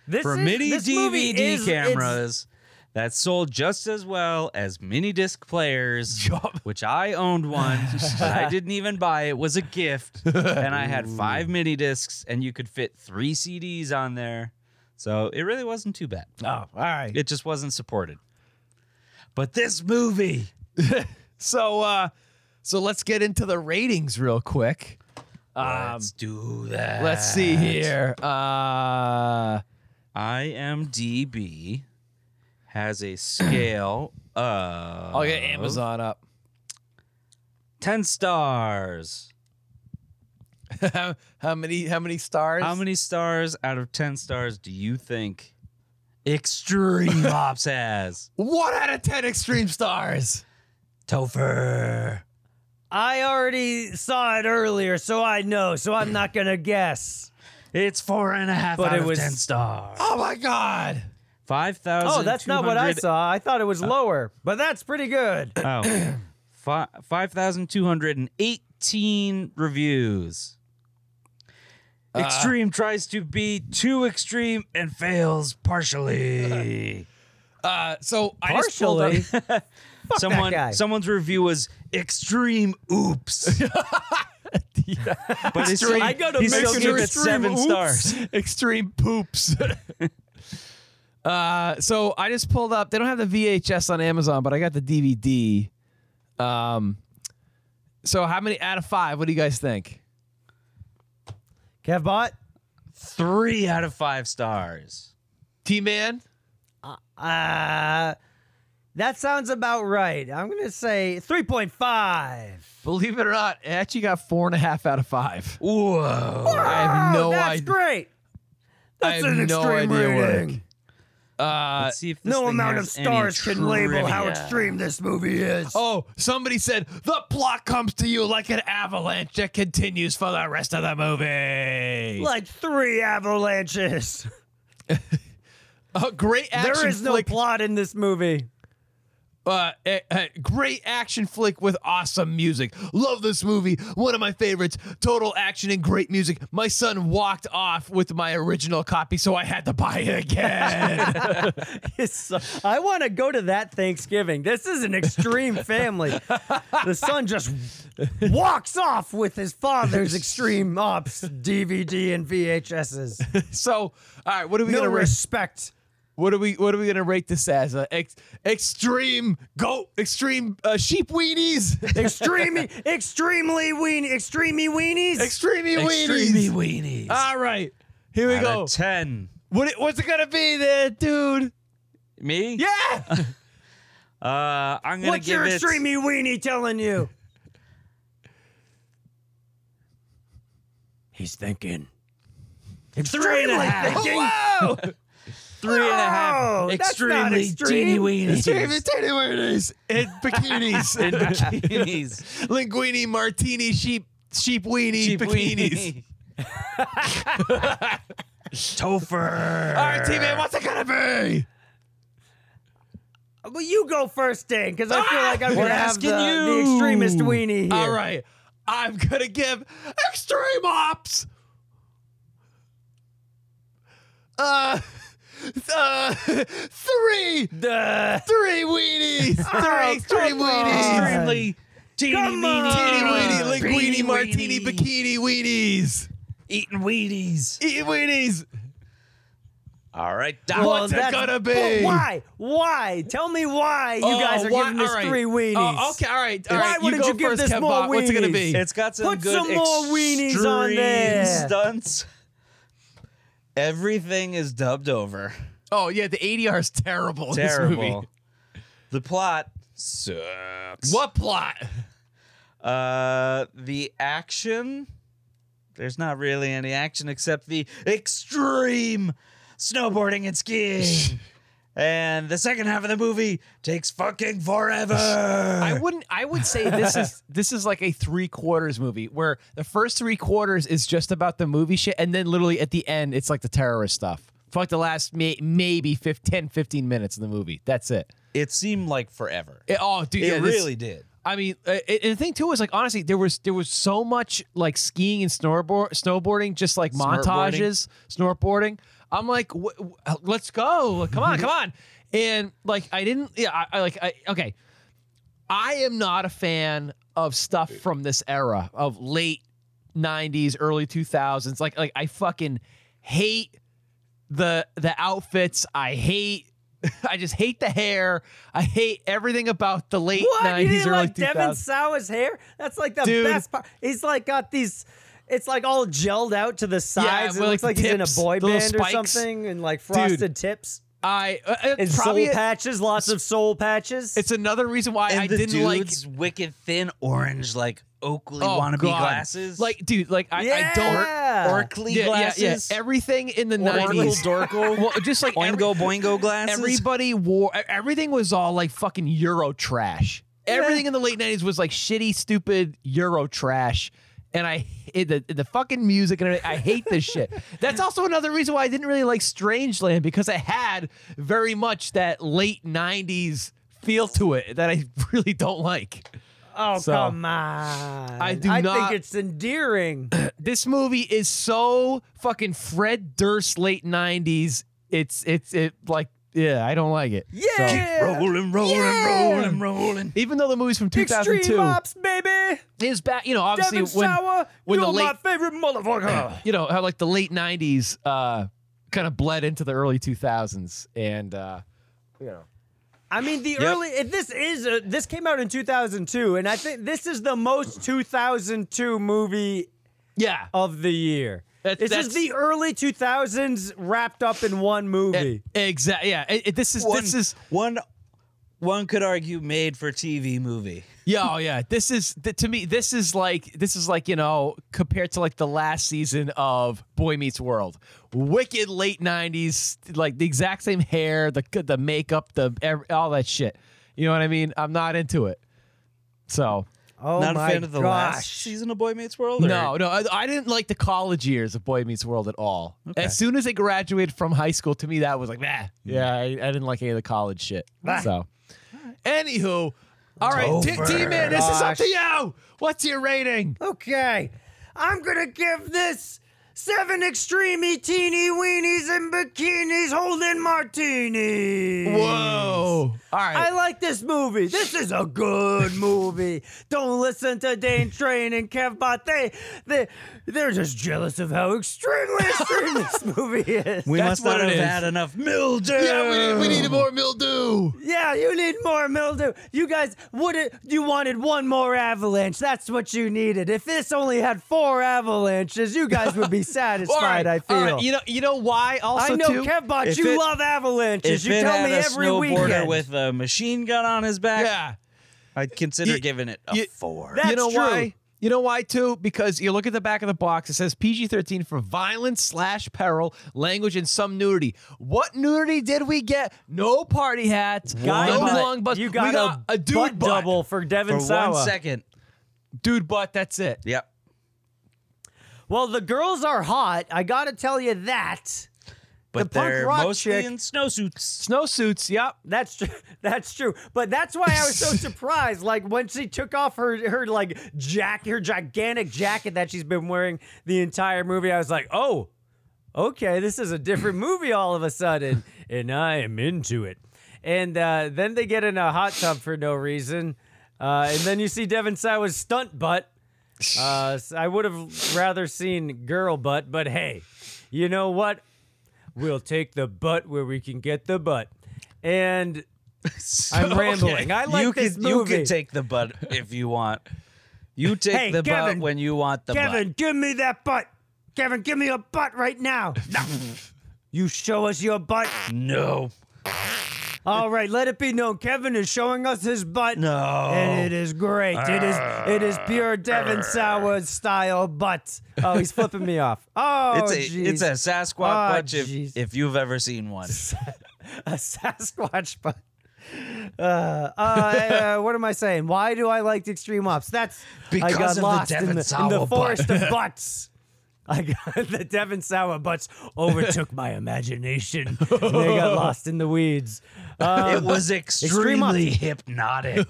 [SPEAKER 4] This
[SPEAKER 3] For
[SPEAKER 4] is-
[SPEAKER 3] mini
[SPEAKER 4] this movie
[SPEAKER 3] DVD
[SPEAKER 4] is- it's-
[SPEAKER 3] cameras that sold just as well as mini disc players, which I owned one, but I didn't even buy. It was a gift, and I had five mini discs, and you could fit three CDs on there. So it really wasn't too bad.
[SPEAKER 5] Oh, all right.
[SPEAKER 3] It just wasn't supported. But this movie,
[SPEAKER 5] So uh so let's get into the ratings real quick.
[SPEAKER 4] Um,
[SPEAKER 3] let's do that.
[SPEAKER 5] Let's see here. Uh
[SPEAKER 3] IMDb has a scale of.
[SPEAKER 5] I'll get Amazon up.
[SPEAKER 3] 10 stars.
[SPEAKER 5] how, how many how many stars?
[SPEAKER 3] How many stars out of 10 stars do you think Extreme Ops has?
[SPEAKER 5] One out of ten extreme stars.
[SPEAKER 3] Topher.
[SPEAKER 4] I already saw it earlier, so I know. So I'm not gonna guess.
[SPEAKER 3] It's four and a half
[SPEAKER 4] But
[SPEAKER 3] out
[SPEAKER 4] it
[SPEAKER 3] of
[SPEAKER 4] was-
[SPEAKER 3] 10 stars.
[SPEAKER 5] Oh my god.
[SPEAKER 3] 5,000.
[SPEAKER 4] Oh, that's not what I saw. I thought it was lower, but that's pretty good.
[SPEAKER 3] Oh. Fi- 5,218 reviews.
[SPEAKER 4] Uh.
[SPEAKER 3] Extreme tries to be too extreme and fails partially.
[SPEAKER 5] Uh so I just pulled up-
[SPEAKER 4] Partially.
[SPEAKER 3] Someone,
[SPEAKER 4] guy.
[SPEAKER 3] someone's review was extreme. Oops, but it's
[SPEAKER 5] Extreme-
[SPEAKER 4] I go to
[SPEAKER 3] he's still
[SPEAKER 5] Extreme-
[SPEAKER 3] giving it
[SPEAKER 5] extreme
[SPEAKER 3] seven
[SPEAKER 5] oops.
[SPEAKER 3] stars.
[SPEAKER 5] Extreme poops. uh, so I just pulled up. They don't have the VHS on Amazon, but I got the DVD. Um, so how many out of five? What do you guys think?
[SPEAKER 4] Kevbot,
[SPEAKER 3] Three out of five stars.
[SPEAKER 5] T man.
[SPEAKER 4] uh, that sounds about right. I'm gonna say 3.5.
[SPEAKER 5] Believe it or not, it actually got four and a half out of five.
[SPEAKER 3] Whoa!
[SPEAKER 5] I have no
[SPEAKER 4] that's
[SPEAKER 5] idea.
[SPEAKER 4] great.
[SPEAKER 5] I
[SPEAKER 4] That's
[SPEAKER 5] have
[SPEAKER 4] an
[SPEAKER 5] no
[SPEAKER 4] extreme
[SPEAKER 5] idea what-
[SPEAKER 4] rating.
[SPEAKER 5] Uh,
[SPEAKER 3] Let's see if this
[SPEAKER 11] No
[SPEAKER 3] thing
[SPEAKER 11] amount of
[SPEAKER 3] has any
[SPEAKER 11] stars can label how
[SPEAKER 3] trivia.
[SPEAKER 11] extreme this movie is.
[SPEAKER 5] oh, somebody said the plot comes to you like an avalanche that continues for the rest of the movie.
[SPEAKER 11] Like three avalanches.
[SPEAKER 5] a great action
[SPEAKER 4] There is no
[SPEAKER 5] flick
[SPEAKER 4] plot in this movie.
[SPEAKER 5] uh, a, a great action flick with awesome music. Love this movie. One of my favorites. Total action and great music. My son walked off with my original copy, so I had to buy it again.
[SPEAKER 4] It's so- I want to go to that Thanksgiving. This is an extreme family. The son just walks off with his father's Extreme Ops DVD and VHSs.
[SPEAKER 5] so, all right, what are we
[SPEAKER 4] No
[SPEAKER 5] gonna rate?
[SPEAKER 4] respect.
[SPEAKER 5] What are we? What are we gonna rate this as? Uh, ex- extreme goat, extreme uh, sheep weenies,
[SPEAKER 4] Extreme, extremely weenie, extremely weenies.
[SPEAKER 5] extremey weenies.
[SPEAKER 3] Extremey weenies. Ah,
[SPEAKER 5] All right, here we
[SPEAKER 3] Out
[SPEAKER 5] go.
[SPEAKER 3] of ten.
[SPEAKER 5] What it- what's it gonna be, there, dude?
[SPEAKER 3] Me?
[SPEAKER 5] Yeah.
[SPEAKER 3] Uh, I'm gonna
[SPEAKER 4] What's
[SPEAKER 3] give
[SPEAKER 4] your
[SPEAKER 3] it.
[SPEAKER 4] extremely weenie telling you? He's thinking. Extremely thinking.
[SPEAKER 5] Whoa.
[SPEAKER 3] Three and a half.
[SPEAKER 4] Whoa, Oh, that's
[SPEAKER 3] extremely
[SPEAKER 4] not
[SPEAKER 3] teeny
[SPEAKER 4] extreme.
[SPEAKER 3] weenies.
[SPEAKER 5] Extremely tiny weenies and bikinis.
[SPEAKER 3] and bikinis.
[SPEAKER 5] Linguini, martini, sheep, sheep weenie,
[SPEAKER 3] Cheap
[SPEAKER 5] bikinis.
[SPEAKER 3] weenie. Topher.
[SPEAKER 5] All right, teammate, what's it gonna be?
[SPEAKER 4] Uh, Well, you go first, Dan, because I feel like I'm
[SPEAKER 3] We're
[SPEAKER 4] going to have the,
[SPEAKER 3] asking
[SPEAKER 4] the
[SPEAKER 3] you.
[SPEAKER 4] extremist weenie here.
[SPEAKER 5] All right, I'm gonna give extreme ops. Uh, uh, three, three weenies, three extreme weenies,
[SPEAKER 3] Extremely teeny
[SPEAKER 4] Come
[SPEAKER 3] weeny.
[SPEAKER 4] on.
[SPEAKER 5] teeny weenie,
[SPEAKER 4] Uh,
[SPEAKER 5] linguini,
[SPEAKER 3] beanie
[SPEAKER 5] martini,
[SPEAKER 3] weenie.
[SPEAKER 5] bikini weenies,
[SPEAKER 3] Eating Wheaties.
[SPEAKER 5] eat weenies.
[SPEAKER 3] All right, Doc.
[SPEAKER 4] Well,
[SPEAKER 5] What's it
[SPEAKER 4] that's-
[SPEAKER 5] gonna be?
[SPEAKER 4] but why? Why? Tell me why you
[SPEAKER 5] Oh,
[SPEAKER 4] guys are
[SPEAKER 5] why-
[SPEAKER 4] giving this
[SPEAKER 5] all right.
[SPEAKER 4] three weenies.
[SPEAKER 5] Oh, okay, all right. all
[SPEAKER 4] Why
[SPEAKER 5] right,
[SPEAKER 4] wouldn't
[SPEAKER 5] go
[SPEAKER 4] you give
[SPEAKER 5] first,
[SPEAKER 4] this
[SPEAKER 5] Kev
[SPEAKER 4] more
[SPEAKER 5] Bob. What's it gonna
[SPEAKER 4] weenies?
[SPEAKER 5] be?
[SPEAKER 3] It's got some
[SPEAKER 4] Put
[SPEAKER 3] good
[SPEAKER 4] some more weenies on
[SPEAKER 3] extreme
[SPEAKER 4] there.
[SPEAKER 3] stunts. Everything is dubbed over.
[SPEAKER 5] oh yeah, the ADR is terrible. in this movie.
[SPEAKER 3] Terrible. the plot sucks.
[SPEAKER 5] What plot?
[SPEAKER 3] Uh, the action. There's not really any action except the extreme snowboarding and skiing. and the second half of the movie takes fucking forever.
[SPEAKER 5] I wouldn't. I would say this is this is like a three quarters movie where the first three quarters is just about the movie shit, and then literally at the end it's like the terrorist stuff. Fuck the last may, maybe 15, 10, 15 minutes of the movie. That's it.
[SPEAKER 3] It seemed like forever.
[SPEAKER 5] It, oh, dude,
[SPEAKER 3] It
[SPEAKER 5] yeah, this-
[SPEAKER 3] really did.
[SPEAKER 5] I mean, uh, it, and the thing too is like honestly, there was there was so much like skiing and snowboard snowboarding, just like montages, snowboarding. I'm like, w- w- let's go, come on, come on, and like I didn't, yeah, I, I like I okay. I am not a fan of stuff from this era of late '90s, early 2000s. Like, like I fucking hate the the outfits. I hate. I just hate the hair. I hate everything about the late
[SPEAKER 4] What? You
[SPEAKER 5] 90s,
[SPEAKER 4] didn't
[SPEAKER 5] early
[SPEAKER 4] like
[SPEAKER 5] 2000s.
[SPEAKER 4] Devin Sawa's hair? That's like the
[SPEAKER 5] Dude.
[SPEAKER 4] best part. He's like got these. It's like all gelled out to the sides.
[SPEAKER 5] with,
[SPEAKER 4] it
[SPEAKER 5] like,
[SPEAKER 4] looks
[SPEAKER 5] the
[SPEAKER 4] like
[SPEAKER 5] tips,
[SPEAKER 4] he's in a boy
[SPEAKER 5] the little
[SPEAKER 4] band or
[SPEAKER 5] spikes.
[SPEAKER 4] something, and like
[SPEAKER 5] Dude.
[SPEAKER 4] frosted tips.
[SPEAKER 5] I uh, uh,
[SPEAKER 4] And
[SPEAKER 5] probably
[SPEAKER 4] soul patches, lots of soul patches.
[SPEAKER 5] It's another reason why
[SPEAKER 3] And
[SPEAKER 5] I
[SPEAKER 3] the
[SPEAKER 5] didn't
[SPEAKER 3] dude's
[SPEAKER 5] like
[SPEAKER 3] wicked thin orange, like Oakley
[SPEAKER 5] Oh,
[SPEAKER 3] wannabe
[SPEAKER 5] God.
[SPEAKER 3] glasses.
[SPEAKER 5] Like, dude, like I, I
[SPEAKER 3] Yeah.
[SPEAKER 5] don't
[SPEAKER 3] Or- Orkley
[SPEAKER 5] yeah,
[SPEAKER 3] glasses.
[SPEAKER 5] Yeah, yeah. Everything in the
[SPEAKER 3] Orkle
[SPEAKER 5] nineties,
[SPEAKER 3] dorkle.
[SPEAKER 5] well, just like every-
[SPEAKER 3] Oingo boingo glasses.
[SPEAKER 5] Everybody wore. e, Everything was all like fucking Euro trash. Everything in the late nineties was like shitty, stupid Euro trash. And I it, the the fucking music and everything, I hate this shit. That's also another reason why I didn't really like Strangeland because it had very much that late '90s feel to it that I really don't like.
[SPEAKER 4] Oh
[SPEAKER 5] So,
[SPEAKER 4] come on!
[SPEAKER 5] I do
[SPEAKER 4] I
[SPEAKER 5] not-
[SPEAKER 4] think it's endearing.
[SPEAKER 5] this movie is so fucking Fred Durst late '90s. It's it's it like yeah, I don't like it.
[SPEAKER 4] Yeah!
[SPEAKER 5] So-
[SPEAKER 3] rolling, rolling,
[SPEAKER 5] Yeah!
[SPEAKER 3] rolling, rolling.
[SPEAKER 5] Even though the movie's from 2002,
[SPEAKER 4] Extreme ops, baby.
[SPEAKER 5] his back, you know, obviously
[SPEAKER 4] Devin
[SPEAKER 5] when
[SPEAKER 4] Sawa,
[SPEAKER 5] when
[SPEAKER 4] you're
[SPEAKER 5] the
[SPEAKER 4] my
[SPEAKER 5] late,
[SPEAKER 4] favorite motherfucker.
[SPEAKER 5] you know, how like the late '90s uh, kind of bled into the early 2000s, and uh, you know,
[SPEAKER 4] I mean, the early. If this is a, this came out in 2002, and I think this is the most 2002 movie
[SPEAKER 5] yeah,
[SPEAKER 4] of the year.
[SPEAKER 5] That-
[SPEAKER 4] this is
[SPEAKER 5] that's-
[SPEAKER 4] the early 2000s wrapped up in one movie.
[SPEAKER 3] Eh,
[SPEAKER 5] exactly. E-, Yeah, it, it- this is
[SPEAKER 3] One,
[SPEAKER 5] this is
[SPEAKER 3] one. One could argue made for TV movie.
[SPEAKER 5] Yeah, oh yeah. This is th- to me. This is like this is like you know compared to like the last season of Boy Meets World. Wicked late '90s, like the exact same hair, the the makeup, the ev- all that shit. You know what I mean? I'm not into it. So
[SPEAKER 4] oh
[SPEAKER 3] Not
[SPEAKER 4] my
[SPEAKER 3] a fan of the last
[SPEAKER 4] gosh!
[SPEAKER 3] season of Boy Meets World. or-
[SPEAKER 5] no, no, I, I didn't like the college years of Boy Meets World at all. As soon as I graduated from high school, to me that was like,
[SPEAKER 4] Mm.
[SPEAKER 5] nah. Yeah, I, I didn't like any of the college shit. So, anywho, all right, T- T-Man, this is up to you. What's your rating?
[SPEAKER 4] Okay, I'm gonna give this seven extremey teeny weenies in bikinis holding martinis.
[SPEAKER 5] Whoa! All
[SPEAKER 4] I
[SPEAKER 5] right.
[SPEAKER 4] like this movie. This is a good movie. Don't listen to Dane Train and Kev Bot. They, they, they're just jealous of how extremely extreme this movie is.
[SPEAKER 3] we
[SPEAKER 5] That's
[SPEAKER 3] must not
[SPEAKER 5] what it
[SPEAKER 3] have
[SPEAKER 5] is.
[SPEAKER 3] had enough mildew.
[SPEAKER 5] more mildew.
[SPEAKER 4] yeah, you need more mildew. You guys would it you wanted one more avalanche. That's what you needed. If this only had four avalanches, you guys would be
[SPEAKER 5] All
[SPEAKER 4] satisfied,
[SPEAKER 5] right,
[SPEAKER 4] I feel.
[SPEAKER 5] all right. You know, you know why? Also,
[SPEAKER 4] I know
[SPEAKER 5] too,
[SPEAKER 4] Kevbot,
[SPEAKER 3] if
[SPEAKER 4] you
[SPEAKER 3] it-
[SPEAKER 4] love avalanches.
[SPEAKER 3] If
[SPEAKER 4] You
[SPEAKER 3] it
[SPEAKER 4] tell
[SPEAKER 3] had
[SPEAKER 4] me
[SPEAKER 3] a
[SPEAKER 4] every
[SPEAKER 3] snowboarder
[SPEAKER 4] weekend.
[SPEAKER 3] with a machine gun on his back,
[SPEAKER 5] Yeah.
[SPEAKER 3] I'd consider
[SPEAKER 5] You-
[SPEAKER 3] giving it a
[SPEAKER 5] you-
[SPEAKER 3] four.
[SPEAKER 4] That's
[SPEAKER 5] you know
[SPEAKER 4] true.
[SPEAKER 5] why? You know why too? Because you look at the back of the box. It says PG thirteen for violence slash peril, language, and some nudity. What nudity did we get? No party hats.
[SPEAKER 4] Guy
[SPEAKER 5] no
[SPEAKER 4] butt.
[SPEAKER 5] long butts.
[SPEAKER 4] You got,
[SPEAKER 5] we got a, dude
[SPEAKER 4] butt
[SPEAKER 5] butt,
[SPEAKER 4] double for Devin
[SPEAKER 3] for
[SPEAKER 4] Sawa.
[SPEAKER 3] one second.
[SPEAKER 5] Dude butt. That's it.
[SPEAKER 3] Yep.
[SPEAKER 4] Well, the girls are hot. I gotta tell you that.
[SPEAKER 3] But
[SPEAKER 4] punk
[SPEAKER 3] they're
[SPEAKER 4] rock
[SPEAKER 3] mostly
[SPEAKER 4] chick-
[SPEAKER 3] in snowsuits.
[SPEAKER 5] Snowsuits. Yep.
[SPEAKER 4] That's true. That's true. But that's why I was so surprised. Like when she took off her her like jack her gigantic jacket that she's been wearing the entire movie, I was like, oh, okay, this is a different movie all of a sudden, and I am into it. And uh, then they get in a hot tub for no reason, uh, and then you see Devin Sawa's stunt butt. Uh, s- I would have rather seen girl butt, but hey, you know what? We'll take the butt where we can get the butt. And I'm rambling. I like
[SPEAKER 3] you
[SPEAKER 4] this
[SPEAKER 3] could, You
[SPEAKER 4] movie.
[SPEAKER 3] could take the butt if you want. You take
[SPEAKER 4] Hey,
[SPEAKER 3] the
[SPEAKER 4] Kevin.
[SPEAKER 3] butt when you want the
[SPEAKER 4] Kevin,
[SPEAKER 3] butt.
[SPEAKER 4] give me that butt. Kevin, give me a butt right now. No. you show us your butt.
[SPEAKER 3] No.
[SPEAKER 4] All right, let it be known, Kevin is showing us his butt.
[SPEAKER 11] No.
[SPEAKER 4] and it is great. it is it
[SPEAKER 3] Ah,
[SPEAKER 4] is pure Devin Sauer style butt. Oh, he's flipping me off. Oh,
[SPEAKER 3] it's a it's a
[SPEAKER 4] jeez.
[SPEAKER 3] Sasquatch
[SPEAKER 4] Oh,
[SPEAKER 3] bunch if,
[SPEAKER 4] jeez.
[SPEAKER 3] if you've ever seen one.
[SPEAKER 4] a Sasquatch butt. Uh, uh, uh, what am I saying? Why do I like the extreme ops? That's I
[SPEAKER 11] Because
[SPEAKER 4] got
[SPEAKER 11] of the
[SPEAKER 4] lost
[SPEAKER 11] Devin
[SPEAKER 4] in, the, in
[SPEAKER 11] Sauer
[SPEAKER 4] the
[SPEAKER 11] butt.
[SPEAKER 4] forest of butts. I got the Devon Sour butts overtook my imagination. and they got lost in the weeds.
[SPEAKER 3] it
[SPEAKER 4] Um,
[SPEAKER 3] was
[SPEAKER 4] Extreme Ops.
[SPEAKER 3] extremely hypnotic.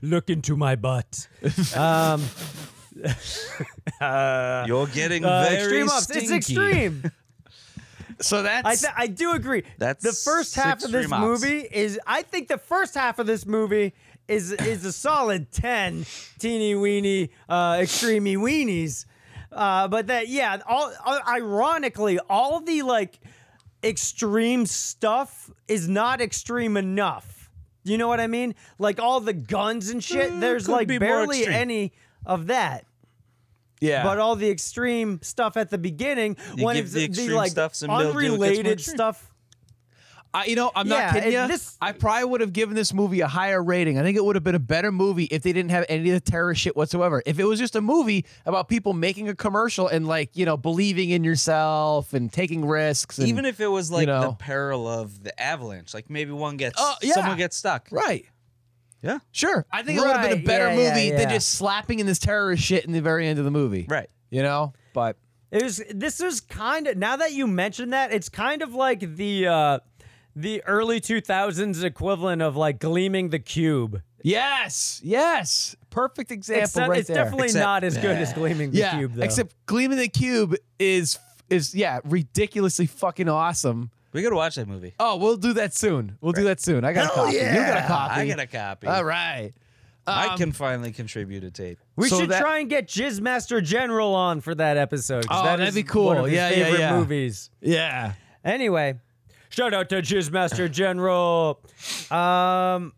[SPEAKER 4] Look into my butt. Um, uh,
[SPEAKER 3] You're getting
[SPEAKER 4] uh,
[SPEAKER 3] very
[SPEAKER 4] extreme ops. It's
[SPEAKER 3] stinky.
[SPEAKER 4] extreme.
[SPEAKER 3] So
[SPEAKER 4] I,
[SPEAKER 3] that's
[SPEAKER 4] th- I do agree.
[SPEAKER 3] That's
[SPEAKER 4] the first half of this
[SPEAKER 3] Extreme Ops.
[SPEAKER 4] movie is. I think the first half of this movie is is a solid ten teeny weeny uh, extremey weenies. Uh, but that yeah, all uh, ironically, all the like extreme stuff is not extreme enough. You know what I mean? Like all the guns and shit.
[SPEAKER 3] Mm,
[SPEAKER 4] There's
[SPEAKER 3] could
[SPEAKER 4] like
[SPEAKER 3] be more
[SPEAKER 4] barely
[SPEAKER 3] extreme.
[SPEAKER 4] any of that.
[SPEAKER 3] yeah.
[SPEAKER 5] uh,
[SPEAKER 4] But all the extreme stuff at the beginning,
[SPEAKER 3] You
[SPEAKER 4] when
[SPEAKER 3] give
[SPEAKER 4] it's
[SPEAKER 3] the
[SPEAKER 4] the,
[SPEAKER 3] extreme
[SPEAKER 4] like
[SPEAKER 3] stuff some mildew, it gets more
[SPEAKER 4] unrelated
[SPEAKER 3] extreme.
[SPEAKER 4] stuff
[SPEAKER 5] I, you know, I'm
[SPEAKER 4] Yeah,
[SPEAKER 5] not
[SPEAKER 4] it-
[SPEAKER 5] kidding you.
[SPEAKER 4] this-
[SPEAKER 5] I probably would have given this movie a higher rating. I think it would have been a better movie if they didn't have any of the terror shit whatsoever. If it was just a movie about people making a commercial and like you know believing in yourself and taking risks, and,
[SPEAKER 3] Even if it was like
[SPEAKER 5] you
[SPEAKER 3] the
[SPEAKER 5] know,
[SPEAKER 3] peril of the avalanche, like maybe one gets
[SPEAKER 5] Oh, yeah.
[SPEAKER 3] someone gets stuck.
[SPEAKER 5] right,
[SPEAKER 3] Yeah.
[SPEAKER 5] sure. I think it would have been a
[SPEAKER 4] Right,
[SPEAKER 5] better
[SPEAKER 4] yeah, yeah,
[SPEAKER 5] movie than
[SPEAKER 4] yeah.
[SPEAKER 5] just slapping in this terrorist shit in the very end of the movie,
[SPEAKER 3] Right.
[SPEAKER 5] You know, but
[SPEAKER 4] It was this is kind of now that you mention that it's kind of like the uh the early 2000s equivalent of like gleaming the cube.
[SPEAKER 5] yes, yes, perfect example
[SPEAKER 4] Except
[SPEAKER 5] right
[SPEAKER 4] it's
[SPEAKER 5] there.
[SPEAKER 4] definitely
[SPEAKER 3] Except-
[SPEAKER 4] not as good as gleaming the
[SPEAKER 5] yeah,
[SPEAKER 4] cube though.
[SPEAKER 5] except gleaming the cube is is yeah ridiculously fucking awesome.
[SPEAKER 3] We gotta watch that movie.
[SPEAKER 5] Oh, we'll do that soon. We'll do that soon. I got
[SPEAKER 11] Hell
[SPEAKER 5] a copy. You got a
[SPEAKER 11] yeah!
[SPEAKER 5] copy.
[SPEAKER 3] I got a copy.
[SPEAKER 5] All right.
[SPEAKER 3] I
[SPEAKER 5] Um,
[SPEAKER 3] can finally contribute a tape.
[SPEAKER 4] we
[SPEAKER 5] so
[SPEAKER 4] should
[SPEAKER 5] that-
[SPEAKER 4] try and get Jiz Master General on for that episode. 'cause
[SPEAKER 5] Oh,
[SPEAKER 4] that
[SPEAKER 5] that'd
[SPEAKER 4] is
[SPEAKER 5] be cool.
[SPEAKER 4] One of his
[SPEAKER 5] Yeah, yeah,
[SPEAKER 4] favorite
[SPEAKER 5] yeah.
[SPEAKER 4] movies.
[SPEAKER 5] Yeah.
[SPEAKER 4] Anyway, shout out to Jiz Master General. Um,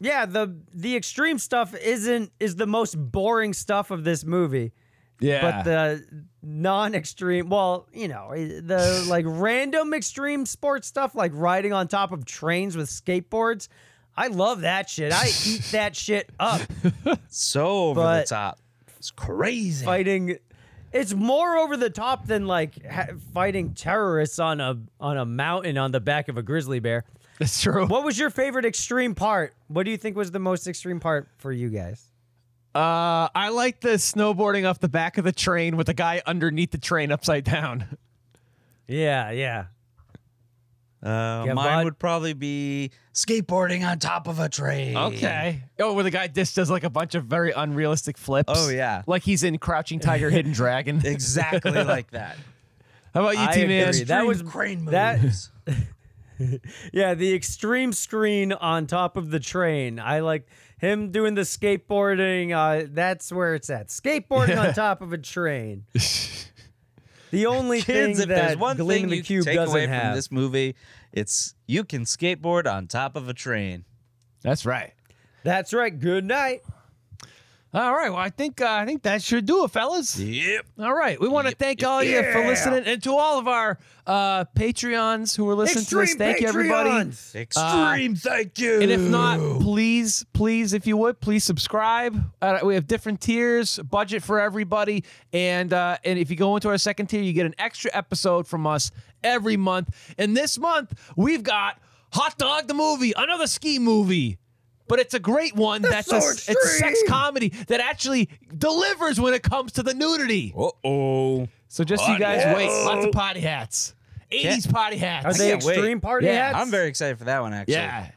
[SPEAKER 4] yeah, the the extreme stuff isn't is the most boring stuff of this movie.
[SPEAKER 5] Yeah.
[SPEAKER 4] but the non-extreme well you know eh, the like random extreme sports stuff like riding on top of trains with skateboards i love that shit i eat that shit up
[SPEAKER 3] So over
[SPEAKER 4] But-
[SPEAKER 3] the top. It's crazy.
[SPEAKER 4] fighting it's more over the top than like ha- fighting terrorists on a on a mountain on the back of a grizzly bear
[SPEAKER 5] that's true.
[SPEAKER 4] what was your favorite extreme part what do you think was the most extreme part for you guys
[SPEAKER 5] Uh, I like the snowboarding off the back of the train with the guy underneath the train upside down.
[SPEAKER 4] yeah yeah
[SPEAKER 3] Uh,
[SPEAKER 4] Yeah,
[SPEAKER 3] mine
[SPEAKER 4] bud.
[SPEAKER 3] would probably be skateboarding on top of a train.
[SPEAKER 5] Oh, where the guy just does like a bunch of very unrealistic flips.
[SPEAKER 3] Oh, yeah.
[SPEAKER 5] Like he's in Crouching Tiger, Hidden Dragon.
[SPEAKER 3] Exactly like that.
[SPEAKER 5] How about you,
[SPEAKER 4] I
[SPEAKER 5] T Man?
[SPEAKER 4] agree. That was
[SPEAKER 3] crane
[SPEAKER 4] that-
[SPEAKER 3] moves.
[SPEAKER 4] Yeah, the extreme screen on top of the train. I like him doing the skateboarding. Uh, that's where it's at. Skateboarding on top of a train. The only
[SPEAKER 3] Kids,
[SPEAKER 4] thing
[SPEAKER 3] if there's
[SPEAKER 4] that
[SPEAKER 3] one
[SPEAKER 4] Gleaming
[SPEAKER 3] thing
[SPEAKER 4] the
[SPEAKER 3] you
[SPEAKER 4] Cube
[SPEAKER 3] can take
[SPEAKER 4] doesn't
[SPEAKER 3] away
[SPEAKER 4] have.
[SPEAKER 3] from this movie, it's you can skateboard on top of a train.
[SPEAKER 5] That's right.
[SPEAKER 4] That's right. Good night.
[SPEAKER 5] All right. Well, I think uh, I think that should do it, fellas.
[SPEAKER 3] Yep.
[SPEAKER 5] All right. We want to thank all of you for listening and to all of our uh, Patreons who are listening to us.
[SPEAKER 11] Extreme
[SPEAKER 5] Thank you, everybody.
[SPEAKER 4] Ah.
[SPEAKER 11] Patreons!
[SPEAKER 3] Extreme, thank you.
[SPEAKER 5] And if not, please, please, if you would, please subscribe. Uh, we have different tiers, budget for everybody, and uh, and if you go into our second tier, you get an extra episode from us every month. And this month, we've got Hot Dog the movie, another ski movie. But it's a great one. That's,
[SPEAKER 11] so
[SPEAKER 5] a, it's sex
[SPEAKER 11] extreme.
[SPEAKER 5] comedy that actually delivers when it comes to the nudity.
[SPEAKER 3] Uh oh.
[SPEAKER 5] So just so you guys wait, lots of potty hats, 80s potty hats.
[SPEAKER 4] Are they
[SPEAKER 3] can't wait.
[SPEAKER 4] extreme party
[SPEAKER 5] Yeah,
[SPEAKER 4] hats?
[SPEAKER 3] I'm very excited for that one, actually.
[SPEAKER 5] yeah.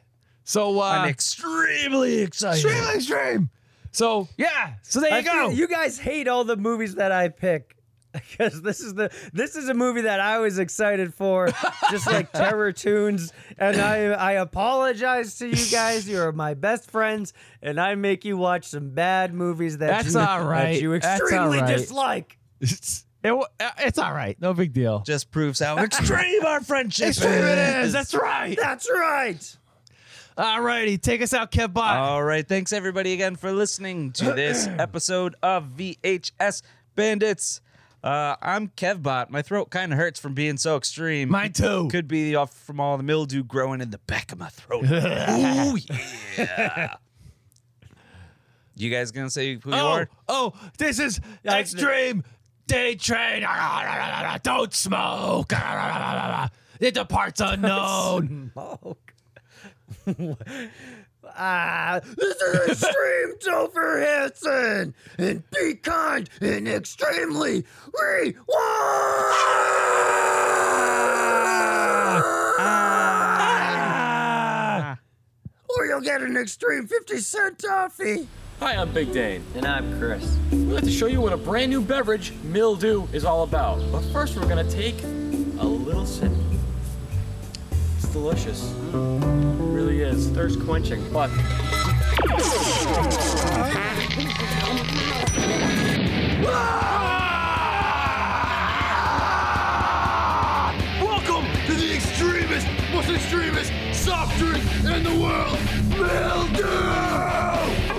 [SPEAKER 5] So uh,
[SPEAKER 3] I'm extremely excited.
[SPEAKER 5] Extremely extreme. So yeah. So there you
[SPEAKER 4] I
[SPEAKER 5] go.
[SPEAKER 4] feel- you guys hate all the movies that I pick. Because this is the this is a movie that I was excited for, just like Terror Tunes, and I I apologize to you guys. You are my best friends, and I make you watch some bad movies that
[SPEAKER 5] That's
[SPEAKER 4] you,
[SPEAKER 5] all right.
[SPEAKER 4] that you
[SPEAKER 5] That's
[SPEAKER 4] extremely
[SPEAKER 5] all right.
[SPEAKER 4] dislike.
[SPEAKER 5] it's, it wa- uh, it's all right. No big deal.
[SPEAKER 3] Just proves how extreme our friendship
[SPEAKER 5] it
[SPEAKER 3] is.
[SPEAKER 5] is. That's right.
[SPEAKER 4] That's right.
[SPEAKER 5] All righty. Take us out, Kev Bot.
[SPEAKER 3] All right. Thanks, everybody, again, for listening to this episode of VHS Bandits. Uh, I'm Kevbot. My throat kind of hurts from being so extreme.
[SPEAKER 12] Mine too.
[SPEAKER 3] Could be off from all the mildew growing in the back of my throat.
[SPEAKER 12] Ooh,
[SPEAKER 3] yeah. you guys gonna say who you
[SPEAKER 12] oh,
[SPEAKER 3] are?
[SPEAKER 12] oh, this is extreme day train. Don't smoke. It departs unknown.
[SPEAKER 13] Smoke. ah, this is extreme Topher Hansen, and be kind and extremely re.
[SPEAKER 12] Ah.
[SPEAKER 13] Or you'll get an extreme 50 cent toffee.
[SPEAKER 14] Hi, I'm Big Dane.
[SPEAKER 15] And I'm Chris.
[SPEAKER 14] We'd like to show you what a brand new beverage, Mildew, is all about. But first, we're gonna take a little sip. It's delicious. It really is. Thirst quenching. But.
[SPEAKER 5] Welcome to the extremist, most extremist soft drink in the world, Mildew!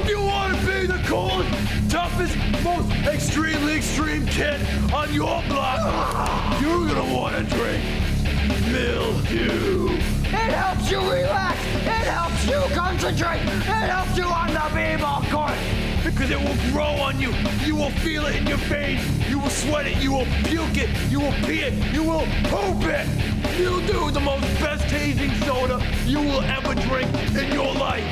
[SPEAKER 5] If you want to be the coolest, toughest, most extremely extreme kid on your block, you're gonna want to drink Mildew.
[SPEAKER 16] It helps you relax. It helps you concentrate. It helps you on the b-ball court.
[SPEAKER 5] Because it will grow on you. You will feel it in your veins. You will sweat it. You will puke it. You will pee it. You will poop it. You'll do the most best tasting soda you will ever drink in your life.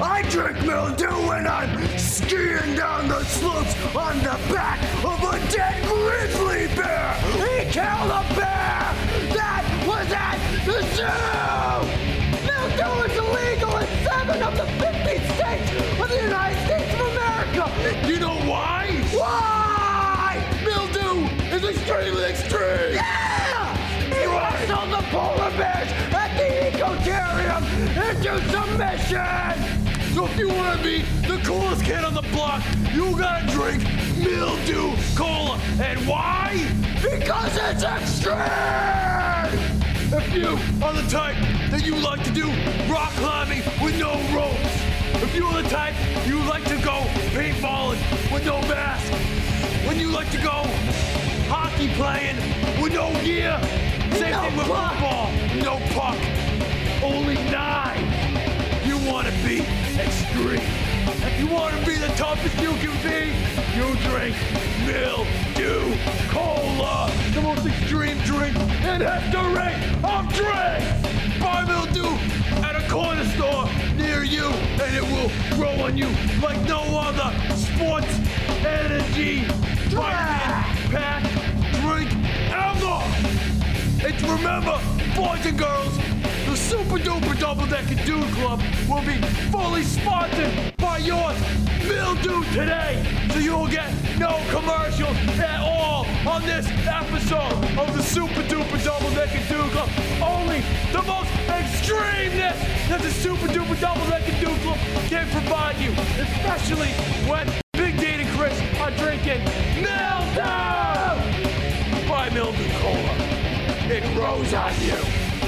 [SPEAKER 16] I drink mildew when I'm skiing down the slopes on the back of a dead grizzly bear. He killed a bear that was at the zoo. Mildew is illegal in seven of the 50 states of the United States of America.
[SPEAKER 5] You know why?
[SPEAKER 16] Why?
[SPEAKER 5] Mildew is extremely extreme.
[SPEAKER 16] Yeah! He wrestled the polar bears at the Ecotarium into submission.
[SPEAKER 5] So if you want to be the coolest kid on the block, you gotta drink Mildew Cola. And why?
[SPEAKER 16] Because it's extreme!
[SPEAKER 5] If you are the type that you like to do rock climbing with no ropes, if you are the type you like to go paintballing with no mask, when you like to go hockey playing with no gear, same
[SPEAKER 16] No
[SPEAKER 5] thing with
[SPEAKER 16] puck.
[SPEAKER 5] football, no puck, only nine. You want to be extreme. If you want to be the toughest you can be, you drink Mildew Cola, the most extreme drink in history of drinks. Buy Mildew at a corner store near you, and it will grow on you like no other sports energy vitamin pack drink ever. And remember, boys and girls, the Super Duper Double Decker Dude Club will be fully sponsored by yours, Mildew, today. So you'll get no commercials at all on this episode of the Super Duper Double Decker Dude Club. Only the most extremeness that the Super Duper Double Decker Dude Club can provide you, especially when Big Data Chris are drinking Mildew! Buy Mildew Cola. It grows on you.